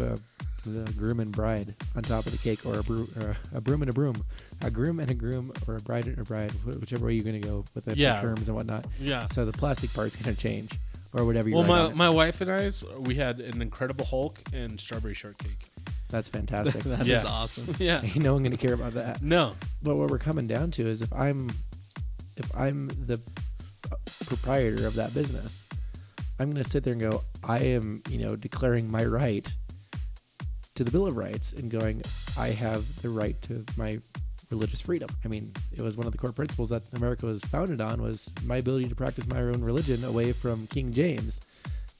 Speaker 2: uh, the groom and bride on top of the cake, or a, bru- or a, a broom and a broom, a groom and a groom, or a bride and a bride, wh- whichever way you're going to go with the
Speaker 1: Yeah.
Speaker 2: terms and whatnot.
Speaker 1: Yeah.
Speaker 2: So the plastic part's gonna change, or whatever you.
Speaker 1: Well,
Speaker 2: write
Speaker 1: my,
Speaker 2: on it.
Speaker 1: my wife and I, we had an Incredible Hulk and Strawberry Shortcake.
Speaker 2: that's
Speaker 3: That
Speaker 2: fantastic.
Speaker 3: is
Speaker 1: Yeah.
Speaker 3: awesome.
Speaker 1: Yeah.
Speaker 2: Ain't no one gonna care about that.
Speaker 1: No.
Speaker 2: But what we're coming down to is if I'm, if I'm the proprietor of that business, I'm gonna sit there and go, I am, you know, declaring my right to the Bill of Rights and going, I have the right to my religious freedom. I mean, it was one of the core principles that America was founded on was my ability to practice my own religion away from King James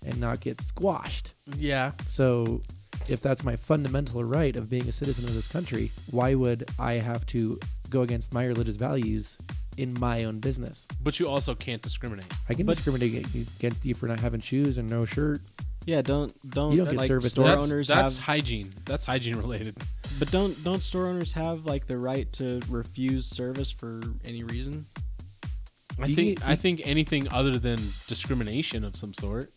Speaker 2: and not get squashed.
Speaker 1: Yeah.
Speaker 2: So, if that's my fundamental right of being a citizen of this country, why would I have to go against my religious values in my own business?
Speaker 1: But you also can't discriminate.
Speaker 2: I can
Speaker 3: But-
Speaker 2: discriminate against you for not having shoes and no shirt.
Speaker 3: Yeah, don't don't,
Speaker 2: You don't get
Speaker 3: like
Speaker 2: service
Speaker 3: store
Speaker 2: dogs.
Speaker 1: that's
Speaker 3: owners
Speaker 1: that's
Speaker 3: have
Speaker 1: hygiene. That's hygiene related.
Speaker 3: But don't don't store owners have like the right to refuse service for any reason?
Speaker 1: I
Speaker 2: You
Speaker 1: think
Speaker 2: can-
Speaker 1: I think anything other than discrimination of some sort.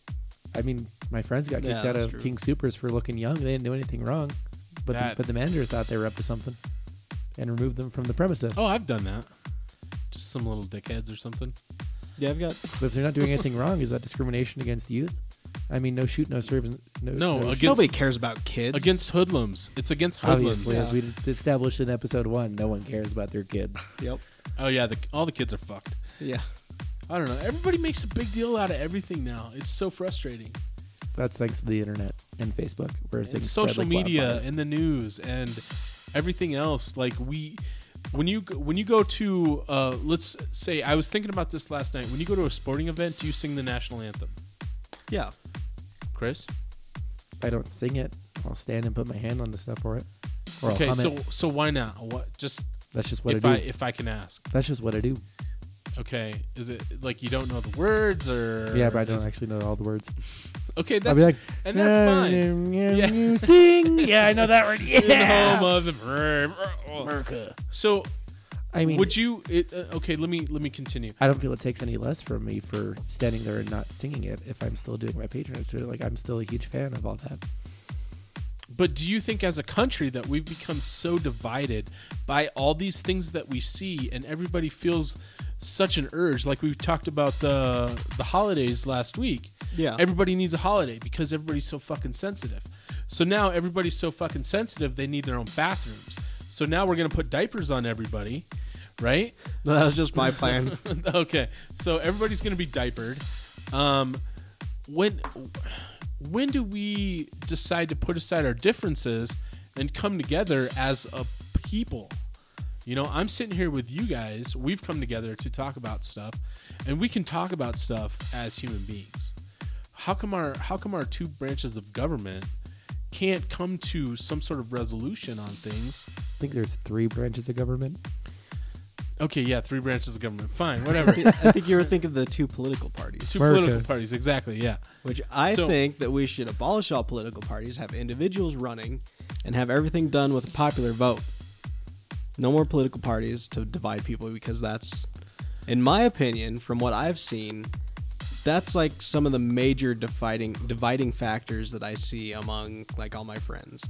Speaker 2: I mean, my friends got kicked
Speaker 3: Yeah,
Speaker 2: out
Speaker 3: that's
Speaker 2: of
Speaker 3: true.
Speaker 2: King Supers for looking young. They didn't do anything wrong, but
Speaker 1: That-
Speaker 2: the, but the manager thought they were up to something and removed them from the premises.
Speaker 1: Oh, I've done that. Just some little dickheads or something.
Speaker 3: Yeah, I've got
Speaker 2: But if they're not doing anything wrong, is that discrimination against youth? I mean, no shoot, no serve, no
Speaker 1: No, against-
Speaker 3: nobody cares about kids.
Speaker 1: Against hoodlums. It's against hoodlums.
Speaker 2: Obviously,
Speaker 3: Yeah.
Speaker 2: as we established in episode one, no one cares about their kids.
Speaker 3: Yep.
Speaker 1: Oh yeah, the, all the kids are fucked.
Speaker 3: Yeah.
Speaker 1: I don't know. Everybody makes a big deal out of everything now. It's so frustrating.
Speaker 2: That's thanks to the internet and Facebook, where
Speaker 1: and
Speaker 2: things spread
Speaker 1: social
Speaker 2: like
Speaker 1: media
Speaker 2: wildfire.
Speaker 1: and the news and everything else like we When you go- when you go to uh, let's say I was thinking about this last night. When you go to a sporting event, do you sing the national anthem,
Speaker 3: Yeah.
Speaker 1: Chris?
Speaker 2: If I don't sing it, I'll stand and put my hand on the stuff for it. Or
Speaker 1: Okay,
Speaker 2: I'll hum
Speaker 1: so
Speaker 2: it.
Speaker 1: so why not? What just
Speaker 2: That's just what I
Speaker 1: if
Speaker 2: do.
Speaker 1: I, if I can ask?
Speaker 2: That's just what I do.
Speaker 1: Okay, is it like you don't know the words or
Speaker 2: Yeah, but I don't
Speaker 1: is-
Speaker 2: actually know all the words.
Speaker 1: Okay, that's
Speaker 2: I'll be like,
Speaker 1: and that's fine. Yeah.
Speaker 2: You sing. Yeah, I know that word.
Speaker 1: In the
Speaker 2: Yeah.
Speaker 1: home of the
Speaker 2: America.
Speaker 1: so
Speaker 2: I mean,
Speaker 1: would you? It, uh, okay, let me let me continue.
Speaker 2: I don't feel it takes any less from me for standing there and not singing it if I'm still doing my patronage to it. Like, I'm still a huge fan of all that.
Speaker 1: But do you think, as a country, that we've become so divided by all these things that we see, and everybody feels such an urge? Like we talked about the the holidays last week.
Speaker 3: Yeah.
Speaker 1: Everybody needs a holiday because everybody's so fucking sensitive. So now everybody's so fucking sensitive, they need their own bathrooms. So now we're gonna put diapers on everybody, right?
Speaker 3: No, that was just my plan.
Speaker 1: okay, so everybody's gonna be diapered. Um, when when do we decide to put aside our differences and come together as a people? You know, I'm sitting here with you guys. We've come together to talk about stuff, and we can talk about stuff as human beings. How come our how come our two branches of government can't come to some sort of resolution on things?
Speaker 2: I think there's three branches of government.
Speaker 1: Okay, yeah, three branches of government. Fine, whatever.
Speaker 3: I think you were thinking of the two political parties,
Speaker 1: Two
Speaker 2: America.
Speaker 1: political parties, exactly. Yeah.
Speaker 3: which I
Speaker 1: So-
Speaker 3: think that we should abolish all political parties, have individuals running, and have everything done with a popular vote. No more political parties to divide people because that's, in my opinion, from what I've seen, that's like some of the major dividing dividing factors that I see among like all my friends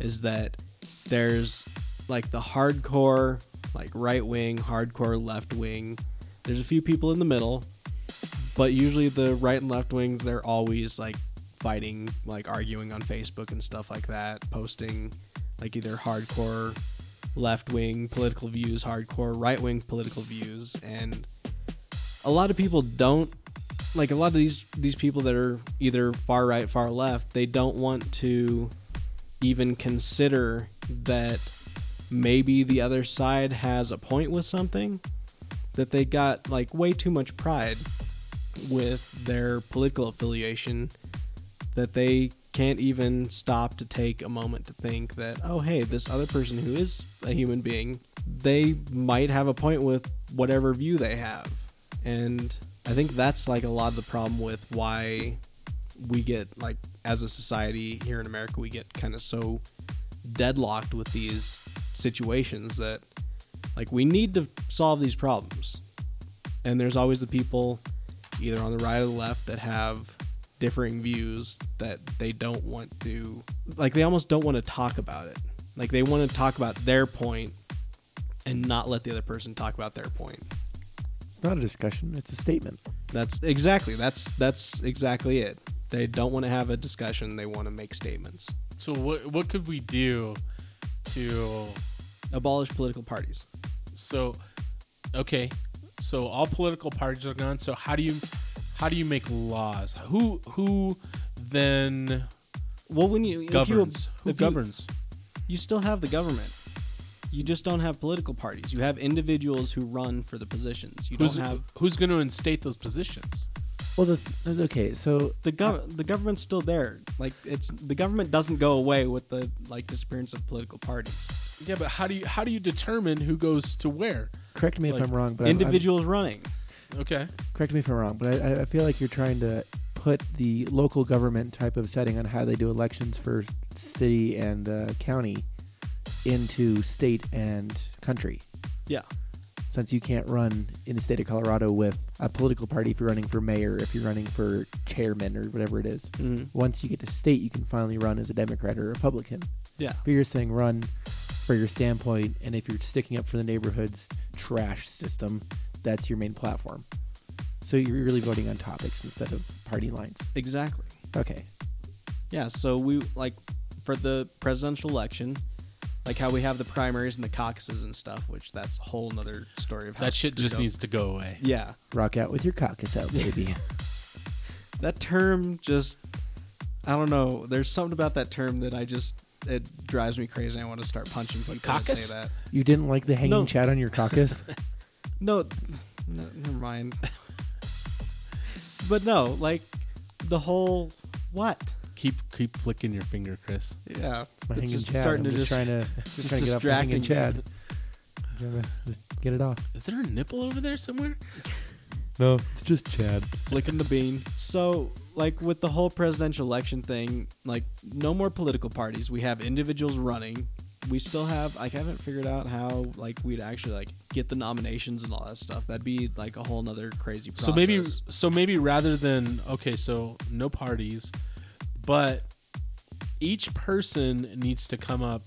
Speaker 3: is that there's like the hardcore like right wing, hardcore left wing. There's a few people in the middle, but usually the right and left wings they're always like fighting, like arguing on Facebook and stuff like that, posting like either hardcore left wing political views, hardcore right wing political views and a lot of people don't like a lot of these these people that are either far right far left they don't want to even consider that maybe the other side has a point with something that they got like way too much pride with their political affiliation that they can't even stop to take a moment to think that oh hey this other person who is a human being they might have a point with whatever view they have and i think that's like a lot of the problem with why we get like as a society here in america we get kind of so deadlocked with these situations that like we need to solve these problems and there's always the people either on the right or the left that have differing views that they don't want to like they almost don't want to talk about it like they want to talk about their point and not let the other person talk about their point
Speaker 2: It's not a discussion, it's a statement.
Speaker 3: that's exactly that's that's exactly it they don't want to have a discussion they want to make statements
Speaker 1: So what what could we do to
Speaker 3: abolish political parties
Speaker 1: so okay so all political parties are gone so how do you how do you make laws who who then
Speaker 3: well when you if you-
Speaker 1: governs who
Speaker 3: if you-
Speaker 1: governs
Speaker 3: you still have the government you just don't have political parties you have individuals who run for the positions you
Speaker 1: who's
Speaker 3: don't have
Speaker 1: who's going to instate those positions
Speaker 2: Well, the th- okay, so
Speaker 3: the gov- the government's still there. Like it's the government doesn't go away with the like disappearance of political parties.
Speaker 1: yeah but how do you how do you determine who goes to where
Speaker 2: correct me
Speaker 1: Like,
Speaker 2: if I'm wrong, but I'm- I'm,
Speaker 3: Individuals running.
Speaker 1: okay
Speaker 2: correct me if I'm wrong, but I, I feel like you're trying to put the local government type of setting on how they do elections for city and uh, county into state and country.
Speaker 3: Yeah.
Speaker 2: Since you can't run in the state of Colorado with a political party if you're running for mayor, if you're running for chairman or whatever it is.
Speaker 3: Mm-hmm.
Speaker 2: Once you get to state, you can finally run as a Democrat or Republican.
Speaker 3: Yeah.
Speaker 2: But you're saying run for your standpoint, and if you're sticking up for the neighborhood's trash system, that's your main platform. So you're really voting on topics instead of party lines.
Speaker 3: Exactly.
Speaker 2: Okay.
Speaker 3: Yeah. So we like for the presidential election, like how we have the primaries and the caucuses and stuff, which that's a whole nother story of how
Speaker 1: that shit
Speaker 3: screwed
Speaker 1: just
Speaker 3: up-
Speaker 1: needs to go away
Speaker 3: Yeah.
Speaker 2: Rock out with your caucus out, baby.
Speaker 3: That term just I don't know. There's something about that term that I just it drives me crazy. I want to start punching people that
Speaker 1: Caucus?
Speaker 3: say that.
Speaker 2: You didn't like the hanging
Speaker 3: No.
Speaker 2: chat on your caucus?
Speaker 3: No, no never mind. but no, like the whole what?
Speaker 1: Keep keep flicking your finger, Chris.
Speaker 3: Yeah,
Speaker 2: My hanging
Speaker 3: just
Speaker 2: chat.
Speaker 3: starting
Speaker 2: I'm
Speaker 3: to
Speaker 2: just, trying to just
Speaker 3: just
Speaker 2: trying to get off my hanging
Speaker 3: distracting me.
Speaker 2: chat. I'm trying to Just get it off.
Speaker 1: Is there a nipple over there somewhere?
Speaker 2: No, it's just Chad.
Speaker 3: flicking the bean. So, like with the whole presidential election thing, like no more political parties. We have individuals running. We still have like I haven't figured out how like we'd actually like get the nominations and all that stuff. That'd be like a whole nother crazy process.
Speaker 1: So maybe so maybe rather than okay, so no parties, but each person needs to come up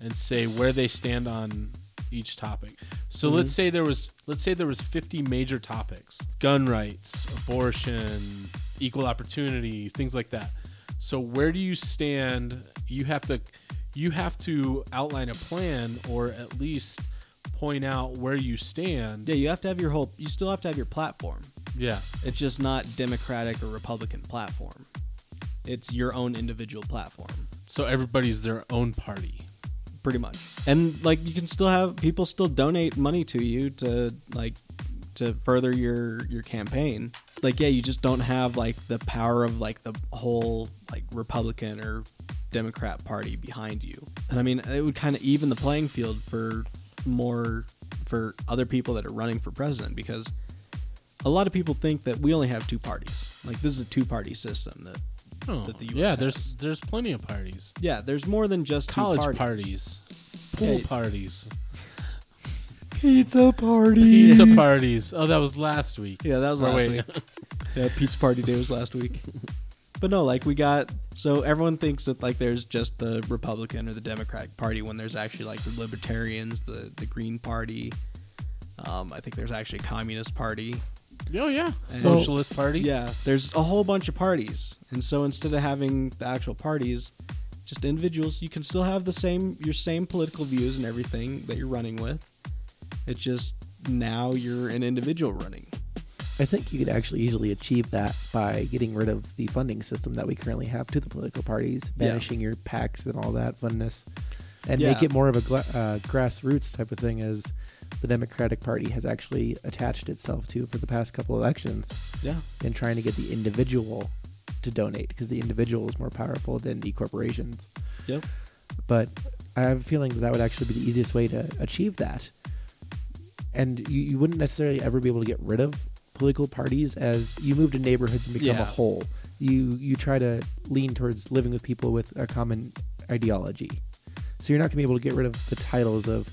Speaker 1: and say where they stand on each topic. So
Speaker 3: Mm-hmm.
Speaker 1: let's say there was let's say there was 50 major topics. Gun rights, abortion, equal opportunity, things like that. So where do you stand? You have to you have to outline a plan or at least point out where you stand.
Speaker 3: yeah, you have to have your whole. You still have to have your platform.
Speaker 1: yeah.
Speaker 3: It's just not Democratic or Republican platform. It's your own individual platform,
Speaker 1: So everybody's their own party.
Speaker 3: pretty much. And like you can still have people still donate money to you to like to further your your campaign. Like yeah, you just don't have like the power of like the whole like Republican or Democrat party behind you. And I mean, it would kind of even the playing field for more for other people that are running for president because a lot of people think that we only have two parties. Like this is a two-party system that
Speaker 1: Oh,
Speaker 3: that the US
Speaker 1: yeah,
Speaker 3: has.
Speaker 1: there's there's plenty of parties.
Speaker 3: Yeah, there's more than just two
Speaker 1: College
Speaker 3: parties.
Speaker 1: parties. pool
Speaker 3: Yeah.
Speaker 1: parties,
Speaker 2: Pizza party.
Speaker 1: pizza parties. Oh, that was last week.
Speaker 3: Yeah, that was
Speaker 1: Or
Speaker 3: last
Speaker 1: wait.
Speaker 3: week. yeah, pizza party day was last week. But no, like we got so everyone thinks that like there's just the Republican or the Democratic Party when there's actually like the Libertarians, the the Green Party. Um, I think there's actually a Communist Party.
Speaker 1: Oh yeah,
Speaker 3: And-
Speaker 1: socialist party.
Speaker 3: Yeah, there's a whole bunch of parties, and so instead of having the actual parties, just individuals, you can still have the same your same political views and everything that you're running with. It's just now you're an individual running.
Speaker 2: I think you could actually easily achieve that by getting rid of the funding system that we currently have to the political parties,
Speaker 3: Yeah.
Speaker 2: banishing your PACs and all that funness, and make
Speaker 3: Yeah.
Speaker 2: it more of a gla- uh, grassroots type of thing as the Democratic Party has actually attached itself to for the past couple elections
Speaker 3: Yeah.
Speaker 2: in trying to get the individual to donate because the individual is more powerful than the corporations.
Speaker 3: Yep.
Speaker 2: But I have a feeling that that would actually be the easiest way to achieve that. And you, you wouldn't necessarily ever be able to get rid of political parties as you move to neighborhoods and become a
Speaker 3: Yeah.
Speaker 2: whole. You you try to lean towards living with people with a common ideology. So you're not going to be able to get rid of the titles of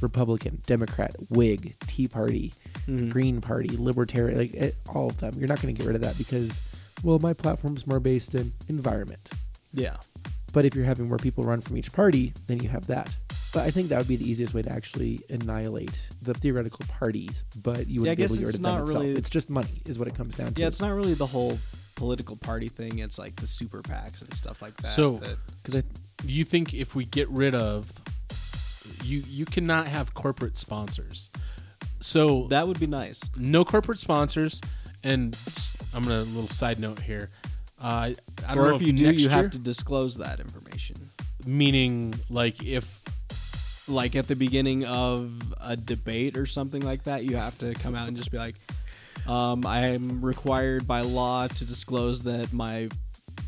Speaker 2: Republican, Democrat, Whig, Tea Party, Green Party, Libertarian, like it, all of them. You're not going to get rid of that because, well, my platform's more based in environment.
Speaker 3: Yeah.
Speaker 2: But if you're having more people run from each party, then you have that. But I think that would be the easiest way to actually annihilate the theoretical parties. But you
Speaker 3: Yeah, I
Speaker 2: wouldn't be able
Speaker 3: guess
Speaker 2: to get rid
Speaker 3: it's
Speaker 2: of them
Speaker 3: not
Speaker 2: itself.
Speaker 3: really-
Speaker 2: It's just money, is what it comes down to.
Speaker 3: Yeah, it's not really the whole political party thing. It's like the super PACs and stuff like that.
Speaker 1: So-
Speaker 3: that-
Speaker 2: because
Speaker 1: You think if we get rid of you, you cannot have corporate sponsors. So
Speaker 3: that would be nice.
Speaker 1: no corporate sponsors, and s- I'm gonna a little side note here. Uh, I don't
Speaker 3: or
Speaker 1: know
Speaker 3: if you do,
Speaker 1: next
Speaker 3: you
Speaker 1: year-
Speaker 3: have to disclose that information.
Speaker 1: Meaning, like if
Speaker 3: Like at the beginning of a debate or something like that, you have to come out and just be like, um, "I am required by law to disclose that my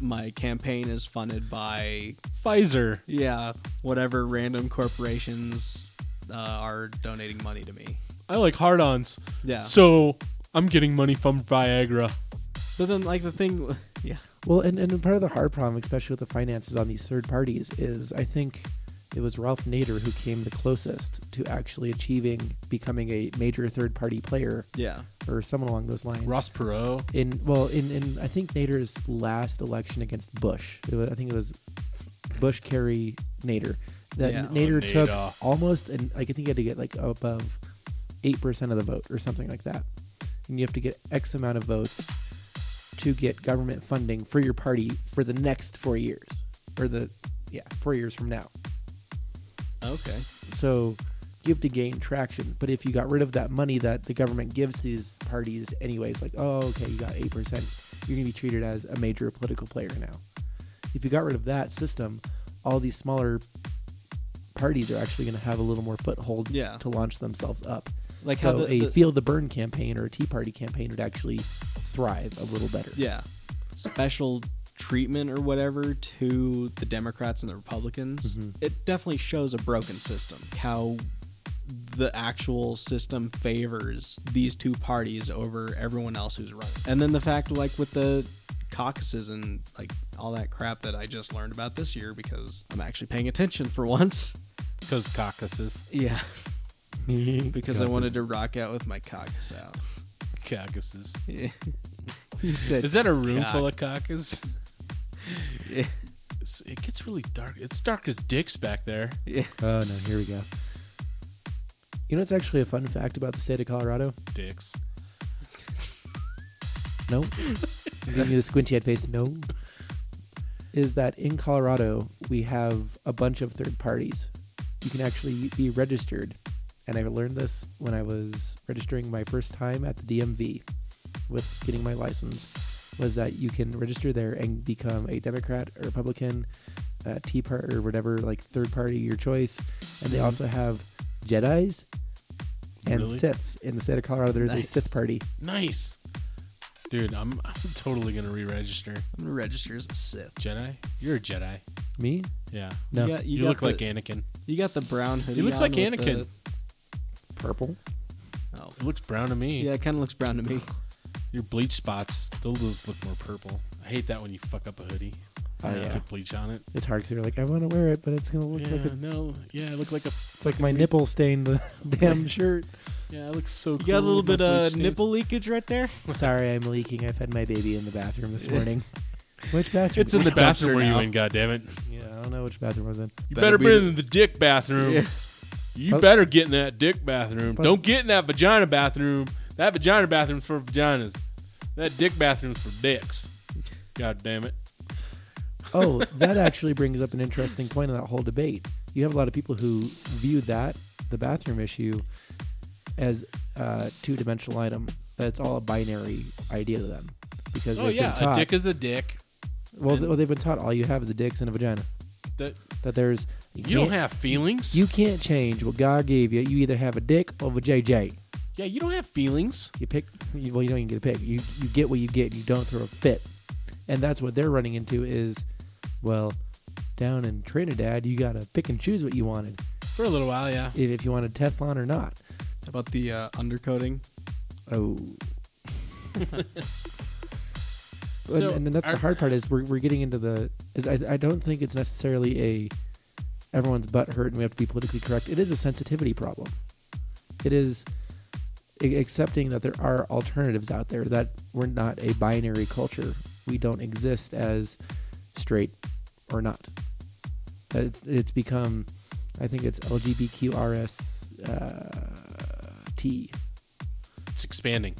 Speaker 3: my campaign is funded by
Speaker 1: Pfizer
Speaker 3: yeah whatever random corporations uh, are donating money to me."
Speaker 1: I like hard-ons.
Speaker 3: Yeah.
Speaker 1: So I'm getting money from Viagra.
Speaker 3: But then, like the thing, yeah,
Speaker 2: Well, and, and part of the hard problem, especially with the finances on these third parties, is I think it was Ralph Nader who came the closest to actually achieving becoming a major third party player
Speaker 3: yeah.
Speaker 2: or someone along those lines.
Speaker 1: Ross Perot.
Speaker 2: in well in, in I think Nader's last election against Bush. It was, I think it was Bush Kerry Nader. That
Speaker 3: Yeah.
Speaker 2: Nader
Speaker 1: Oh,
Speaker 2: took
Speaker 1: Nader.
Speaker 2: almost and like I think he had to get like above eight percent of the vote or something like that. And you have to get X amount of votes to get government funding for your party for the next four years. Or the yeah, four years from now.
Speaker 3: Okay.
Speaker 2: So you have to gain traction. But if you got rid of that money that the government gives these parties, anyways, like, oh, okay, you got 8%, you're going to be treated as a major political player now. If you got rid of that system, all these smaller parties are actually going to have a little more foothold
Speaker 3: Yeah.
Speaker 2: to launch themselves up.
Speaker 3: Like
Speaker 2: so
Speaker 3: how the,
Speaker 2: a
Speaker 3: the-
Speaker 2: feel the burn campaign or a tea party campaign would actually thrive a little better.
Speaker 3: yeah special treatment or whatever to the Democrats and the Republicans. It definitely shows a broken system. How the actual system favors these two parties over everyone else who's running. And then the fact like with the caucuses and like all that crap that I just learned about this year because I'm actually paying attention for once.
Speaker 1: Because caucuses.
Speaker 3: Yeah. Because I
Speaker 1: Caucus.
Speaker 3: wanted to rock out with my caucus out.
Speaker 1: Caucuses.
Speaker 3: Yeah. you said
Speaker 1: Is that a room
Speaker 3: Cock.
Speaker 1: full of caucuses?
Speaker 3: yeah.
Speaker 1: It's- It gets really dark. It's dark as dicks back there.
Speaker 3: yeah.
Speaker 2: Oh no, here we go. You know what's actually a fun fact about the state of Colorado?
Speaker 1: Dicks.
Speaker 2: No. Give me the squinty eyed face. No. Is that in Colorado, we have a bunch of third parties. You can actually be registered. And I learned this when I was registering my first time at the DMV with getting my license was that you can register there and become a Democrat or Republican, uh, Tea Party or whatever, like third party, your choice. And they also have Jedi's and
Speaker 1: Mm-hmm. Really?
Speaker 2: Siths. In the state of Colorado, there's a
Speaker 3: Nice.
Speaker 2: Sith party.
Speaker 1: Nice. Dude, I'm, I'm totally going to re register.
Speaker 3: I'm gonna register as a Sith.
Speaker 1: Jedi? You're a Jedi.
Speaker 2: Me?
Speaker 1: Yeah.
Speaker 2: No.
Speaker 3: got-
Speaker 1: You,
Speaker 3: got
Speaker 1: look
Speaker 3: the,
Speaker 1: like Anakin.
Speaker 3: You got the brown hoodie.
Speaker 1: He looks
Speaker 3: on
Speaker 1: like
Speaker 3: with
Speaker 1: Anakin.
Speaker 2: Purple?
Speaker 3: The, oh,
Speaker 1: It looks brown to me.
Speaker 3: yeah, it kind of looks brown to me.
Speaker 1: Your bleach spots, those those look more purple. I hate that when you fuck up a hoodie.
Speaker 2: Oh,
Speaker 1: and
Speaker 2: yeah.
Speaker 1: Put bleach on it.
Speaker 2: It's hard because you're like, I want to wear it, but it's gonna look
Speaker 1: Yeah,
Speaker 2: like a,
Speaker 1: no. Yeah, I look like a.
Speaker 2: it's like my nipple stained the damn shirt.
Speaker 1: Yeah, I look so
Speaker 3: You got a little bit of
Speaker 1: of
Speaker 3: nipple leakage right there.
Speaker 2: Sorry, I'm leaking. I've had my baby in the bathroom this morning. which bathroom?
Speaker 3: It's in
Speaker 1: Which
Speaker 3: the
Speaker 1: bathroom were
Speaker 3: now.
Speaker 1: you in, goddammit?
Speaker 2: yeah, I don't know which bathroom I was in.
Speaker 1: You
Speaker 3: Better
Speaker 1: better,
Speaker 3: be
Speaker 1: be in the dick bathroom.
Speaker 3: Yeah.
Speaker 1: You
Speaker 2: But-
Speaker 1: better get in that dick bathroom.
Speaker 2: But-
Speaker 1: Don't get in that vagina bathroom. That vagina bathroom's for vaginas. That dick bathroom's for dicks. God damn it.
Speaker 2: Oh, that actually brings up an interesting point in that whole debate. You have a lot of people who view that the bathroom issue as a two-dimensional item. That it's all a binary idea to them because
Speaker 1: Oh
Speaker 2: they've
Speaker 1: yeah,
Speaker 2: been taught.
Speaker 1: a dick is a dick.
Speaker 2: well, th- well, they've been taught all you have is a dick and a vagina.
Speaker 1: That
Speaker 2: That there's
Speaker 1: you don't
Speaker 2: can't-
Speaker 1: have feelings.
Speaker 2: You can't change what God gave you. You either have a dick or a JJ.
Speaker 1: yeah, you don't have feelings.
Speaker 2: You pick. you- Well, you don't even get a pick. You you get what you get. You don't throw a fit, and that's what they're running into is, well, down in Trinidad, you gotta pick and choose what you wanted
Speaker 1: For a little while, yeah.
Speaker 2: if, if you wanted Teflon or not.
Speaker 3: About the uh, undercoating.
Speaker 2: Oh. and,
Speaker 1: So,
Speaker 2: and then that's
Speaker 1: are-
Speaker 2: the hard part is we're, we're getting into the is I, I don't think it's necessarily a everyone's butt hurt and we have to be politically correct it is a sensitivity problem it is a- accepting that there are alternatives out there that we're not a binary culture we don't exist as straight or not that it's, it's become i think it's lgbqrs uh, t
Speaker 1: It's expanding.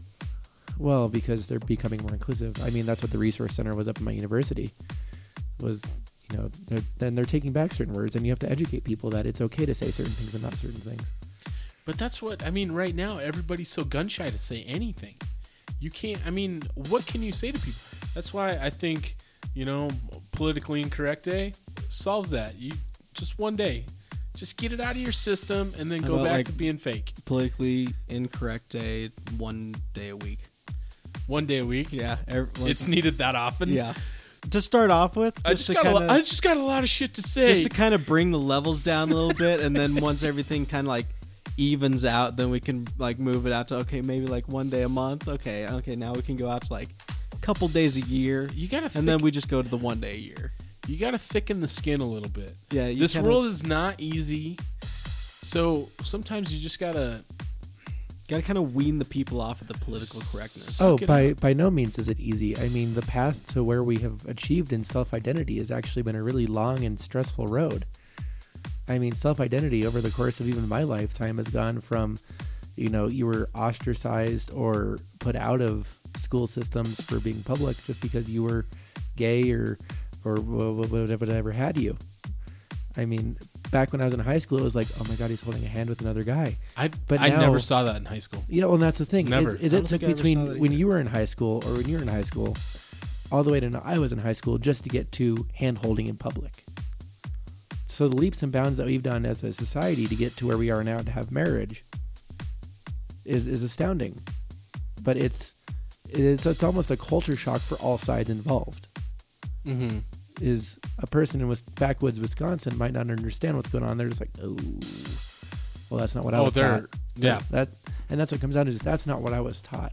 Speaker 2: well, because they're becoming more inclusive. I mean, that's what the resource center was up at my university. Was you know, they're, then they're taking back certain words, and you have to educate people that it's okay to say certain things and not certain things.
Speaker 1: But that's what I mean. Right now, everybody's so gun shy to say anything. You can't. I mean, what can you say to people? That's why I think you know, politically incorrect day solves that. You just one day, just get it out of your system and then
Speaker 3: How
Speaker 1: go
Speaker 3: about,
Speaker 1: back
Speaker 3: like-
Speaker 1: to being fake.
Speaker 3: Politically incorrect day, one day a week.
Speaker 1: One day a week.
Speaker 3: Yeah, ev- like-
Speaker 1: It's needed that often.
Speaker 3: yeah. To start off with, just,
Speaker 1: I just
Speaker 3: to
Speaker 1: got.
Speaker 3: kinda,
Speaker 1: a, lo- I just got a lot of shit to say.
Speaker 3: just to kind of bring the levels down a little bit, and then once everything kind of like evens out, then we can like move it out to okay, maybe like one day a month. Okay, okay, now we can go out to like a couple days a year,
Speaker 1: you gotta.
Speaker 3: and then
Speaker 1: thick-
Speaker 3: we just go to the one day a year.
Speaker 1: You gotta thicken the skin a little bit.
Speaker 3: Yeah, you
Speaker 1: this
Speaker 3: kinda-
Speaker 1: world is not easy. So sometimes you just gotta
Speaker 3: Gotta kind of wean the people off of the political correctness.
Speaker 2: Oh,
Speaker 1: Suck it
Speaker 2: by by no means is it easy. I mean, the path to where we have achieved in self identity has actually been a really long and stressful road. I mean, self identity over the course of even my lifetime has gone from, you know, you were ostracized or put out of school systems for being public just because you were gay or or wha- wha- whatever whatever had you. I mean, back when I was in high school, it was like, oh my god, he's holding a hand with another guy.
Speaker 1: I
Speaker 2: But
Speaker 1: I
Speaker 2: now-
Speaker 1: never saw that in high school.
Speaker 2: Yeah, well, that's the thing.
Speaker 1: Never.
Speaker 2: It, it,
Speaker 3: I don't
Speaker 2: took
Speaker 3: think I ever saw that
Speaker 2: between when
Speaker 3: either.
Speaker 2: you were in high school or when you were in high school, all the way to now I was in high school just to get to hand holding in public. So the leaps and bounds that we've done as a society to get to where we are now to have marriage is is astounding. But it's it's it's almost a culture shock for all sides involved.
Speaker 1: Mm-hmm.
Speaker 2: Is a person in Wis- backwoods Wisconsin might not understand what's going on. They're just like, oh, well, that's not what I
Speaker 1: Oh,
Speaker 2: was
Speaker 1: they're-
Speaker 2: taught.
Speaker 1: yeah.
Speaker 2: that and that's what comes down to is that's not what I was taught.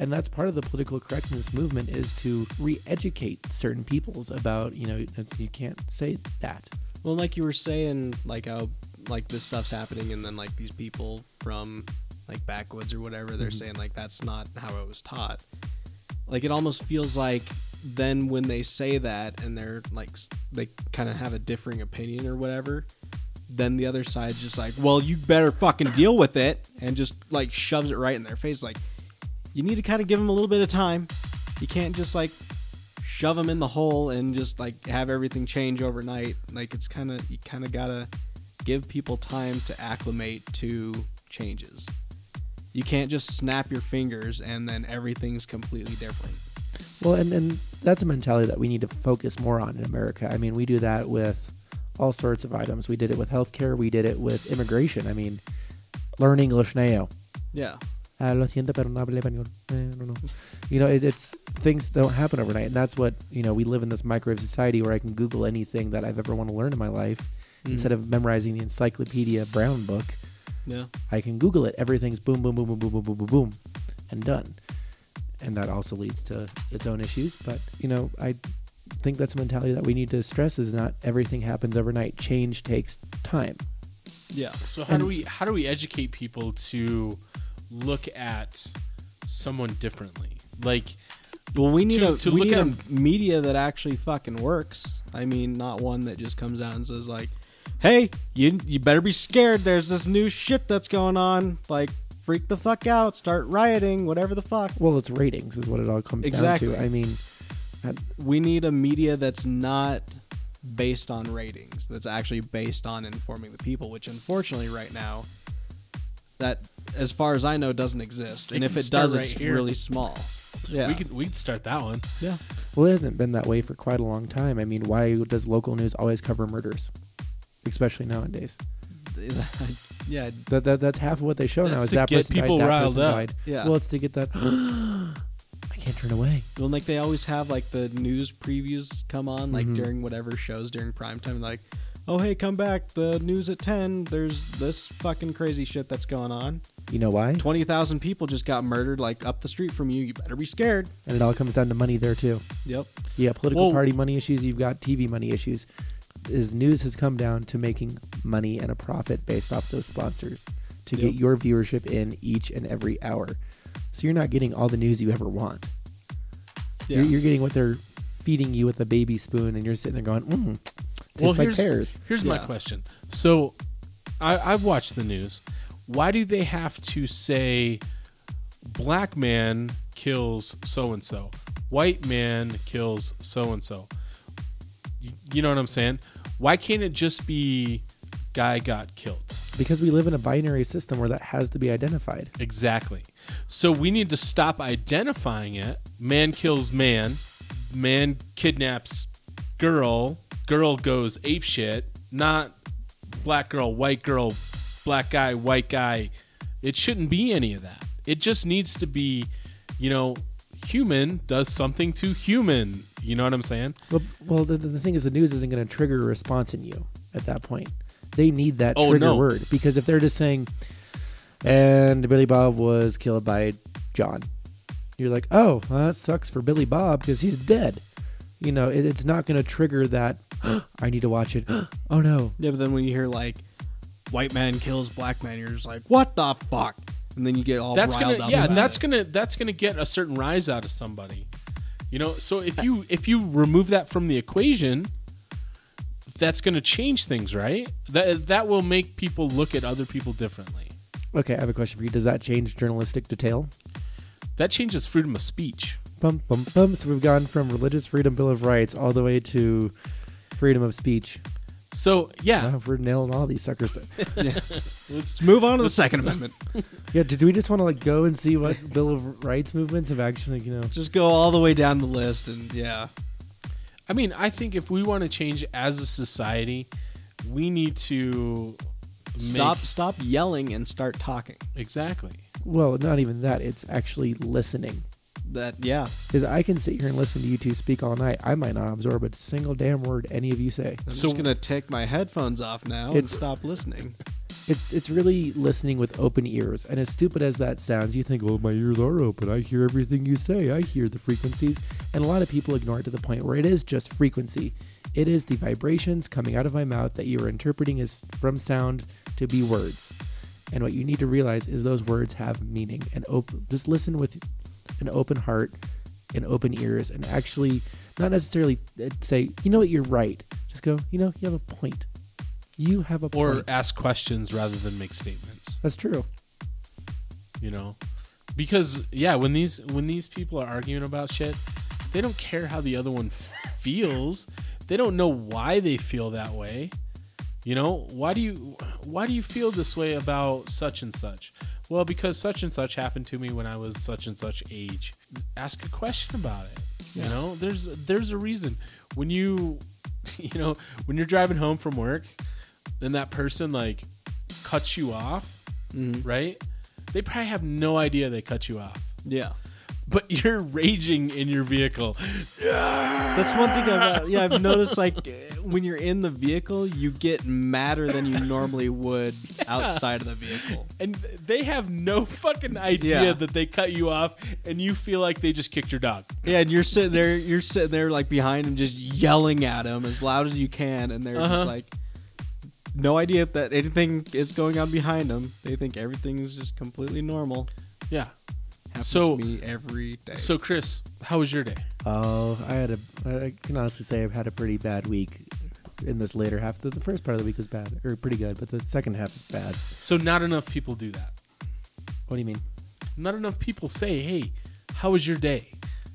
Speaker 2: And that's part of the political correctness movement is to re-educate certain peoples about you know it's- you can't say that.
Speaker 3: Well, like you were saying, like how like this stuff's happening, and then like these people from like backwoods or whatever, they're saying like that's not how it was taught. Like it almost feels like then when they say that and they're like s- they kind of have a differing opinion or whatever, then the other side's just like, well, you better fucking deal with it, and just like shoves it right in their face. Like you need to kind of give them a little bit of time. You can't just like shove them in the hole and just like have everything change overnight. Like it's kind of you kind of gotta give people time to acclimate to changes. You can't just snap your fingers and then everything's completely different.
Speaker 2: Well, and, and that's a mentality that we need to focus more on in America. I mean, we do that with all sorts of items. We did it with healthcare. We did it with immigration. I mean, learn English now.
Speaker 3: Yeah.
Speaker 2: Ah, lo siento, pero no hablé español. Eh, no, no. You know, it, it's things don't happen overnight, and that's what you know. We live in this microwave society where I can Google anything that I've ever want to learn in my life instead of memorizing the Encyclopedia Brown book.
Speaker 3: Yeah.
Speaker 2: I can Google it. Everything's boom, boom, boom, boom, boom, boom, boom, boom, boom, and done. And that also leads to its own issues. But you know, I think that's a mentality that we need to stress: is not everything happens overnight. Change takes time.
Speaker 3: Yeah.
Speaker 1: So how do we how do we educate people to look at someone differently? Like
Speaker 3: Well, we need
Speaker 1: To-
Speaker 3: a
Speaker 1: to
Speaker 3: we
Speaker 1: look
Speaker 3: need
Speaker 1: at
Speaker 3: a
Speaker 1: 'em-
Speaker 3: media that actually fucking works. I mean, not one that just comes out and says like, "Hey, you you better be scared. There's this new shit that's going on. Like, freak the fuck out, start rioting, whatever the fuck."
Speaker 2: Well, it's ratings is what it all comes
Speaker 3: Exactly.
Speaker 2: down to. I mean, uh,
Speaker 3: we need a media that's not based on ratings that's actually based on informing the people which unfortunately right now that as far as i know doesn't exist
Speaker 1: It
Speaker 3: and if
Speaker 1: can
Speaker 3: it
Speaker 1: start
Speaker 3: does
Speaker 1: right
Speaker 3: it's
Speaker 1: here.
Speaker 3: really small yeah
Speaker 1: we could we could start that one.
Speaker 3: yeah
Speaker 2: well, it hasn't been that way for quite a long time. I mean, why does local news always cover murders, especially nowadays?
Speaker 3: yeah
Speaker 2: That, that that's half of what they show
Speaker 1: That's
Speaker 2: now. Is
Speaker 1: to
Speaker 2: that
Speaker 1: get
Speaker 2: person
Speaker 1: people
Speaker 2: died, that
Speaker 1: riled
Speaker 2: person
Speaker 1: up.
Speaker 2: died.
Speaker 3: Yeah.
Speaker 2: Well, it's to get that. I can't turn away.
Speaker 3: well like they always have like the news previews come on
Speaker 1: Mm-hmm.
Speaker 3: like during whatever shows during prime time like oh hey come back the news at 10 there's this fucking crazy shit that's going on
Speaker 2: You know why?
Speaker 3: 20000 people just got murdered like up the street from you you better be scared
Speaker 2: And it all comes down to money there too.
Speaker 3: yep
Speaker 2: You got political
Speaker 1: Well-
Speaker 2: party money issues. You've got TV money issues. Is news has come down to making money and a profit based off those sponsors to
Speaker 3: Yep.
Speaker 2: get your viewership in each and every hour. So you're not getting all the news you ever want.
Speaker 3: yeah
Speaker 2: You're, you're getting what they're feeding you with a baby spoon, and you're sitting there going, mm, "Tastes like
Speaker 1: here's,
Speaker 2: pears."
Speaker 1: Here's my
Speaker 3: Yeah.
Speaker 1: question. So, I, I've watched the news. Why do they have to say black man kills so and so, white man kills so and so? You know what I'm saying? Why can't it just be guy got killed?
Speaker 2: Because we live in a binary system where that has to be identified.
Speaker 1: Exactly. So we need to stop identifying it. Man kills man. Man kidnaps girl. Girl goes apeshit. Not black girl, white girl, black guy, white guy. It shouldn't be any of that. It just needs to be, you know, human does something to human. You know what I'm saying?
Speaker 2: Well, well the, the thing is, the news isn't going to trigger a response in you at that point. They need that
Speaker 1: Oh,
Speaker 2: trigger
Speaker 1: no.
Speaker 2: word because if they're just saying, and Billy Bob was killed by John, you're like, oh, well, that sucks for Billy Bob because he's dead. You know, it, it's not going to trigger that, I need to watch it. oh, no.
Speaker 3: Yeah, but then when you hear like white man kills black man, you're just like, what the fuck? And then you get all
Speaker 1: that's
Speaker 3: riled
Speaker 1: gonna
Speaker 3: up.
Speaker 1: yeah
Speaker 3: about
Speaker 1: that's
Speaker 3: it.
Speaker 1: gonna that's gonna get a certain rise out of somebody you know so if you if you remove that from the equation that's gonna change things right that that will make people look at other people differently
Speaker 2: Okay, I have a question for you. Does that change journalistic detail?
Speaker 1: that changes freedom of speech
Speaker 2: Bum, bum, bum. So we've gone from religious freedom, Bill of Rights, all the way to freedom of speech.
Speaker 1: so yeah
Speaker 2: Wow, we're nailing all these suckers.
Speaker 1: let's-
Speaker 3: Let's move on to the Second Amendment.
Speaker 2: Yeah, did we just want to like go and see what Bill of Rights movements have actually, you know?
Speaker 3: just go all the way down the list, and yeah,
Speaker 1: i mean i think if we want to change as a society we need to make-
Speaker 3: Stop stop yelling and start talking.
Speaker 1: exactly.
Speaker 2: Well, not even that. It's actually listening.
Speaker 3: That yeah.
Speaker 2: Because I can sit here and listen to you two speak all night. I might not absorb a single damn word any of you say.
Speaker 3: I'm
Speaker 1: So-
Speaker 3: just gonna take my headphones off now and
Speaker 2: It's-
Speaker 3: stop listening.
Speaker 2: It's it's really listening with open ears. And as stupid as that sounds, you think, well, my ears are open. I hear everything you say. I hear the frequencies. And a lot of people ignore it to the point where it is just frequency. It is the vibrations coming out of my mouth that you are interpreting as from sound to be words. And what you need to realize is those words have meaning. And op- just listen with an open heart and open ears, and actually not necessarily uh, say, you know what, you're right. Just go, you know, you have a point. You have a
Speaker 1: Or
Speaker 2: point.
Speaker 1: ask questions rather than make statements.
Speaker 2: That's true.
Speaker 1: You know, because yeah, when these when these people are arguing about shit, they don't care how the other one feels. They don't know why they feel that way. You know, why do you why do you feel this way about such and such? Well, because such and such happened to me when I was such and such age. Ask a question about it. You know, there's there's a reason when you you know, when you're driving home from work and that person like cuts you off, right? They probably have no idea they cut you off.
Speaker 3: Yeah.
Speaker 1: But you're raging in your vehicle.
Speaker 3: That's one thing I've uh, yeah I've noticed like uh, when you're in the vehicle you get madder than you normally would outside of the vehicle.
Speaker 1: and they have no fucking idea
Speaker 3: Yeah.
Speaker 1: that they cut you off and you feel like they just kicked your dog
Speaker 3: Yeah, and you're sitting there you're sitting there like behind him just yelling at him as loud as you can and they're
Speaker 1: Uh-huh.
Speaker 3: just like no idea if that anything is going on behind them. They think everything is just completely normal.
Speaker 1: yeah
Speaker 3: Happens
Speaker 1: So-
Speaker 3: to me every day.
Speaker 1: so chris how was your day
Speaker 2: Oh, I had a. I can honestly say I've had a pretty bad week. In this later half, the, the first part of the week was bad or pretty good, but the second half is bad.
Speaker 1: so not enough people do that
Speaker 2: What do you mean?
Speaker 1: not enough people say hey how was your day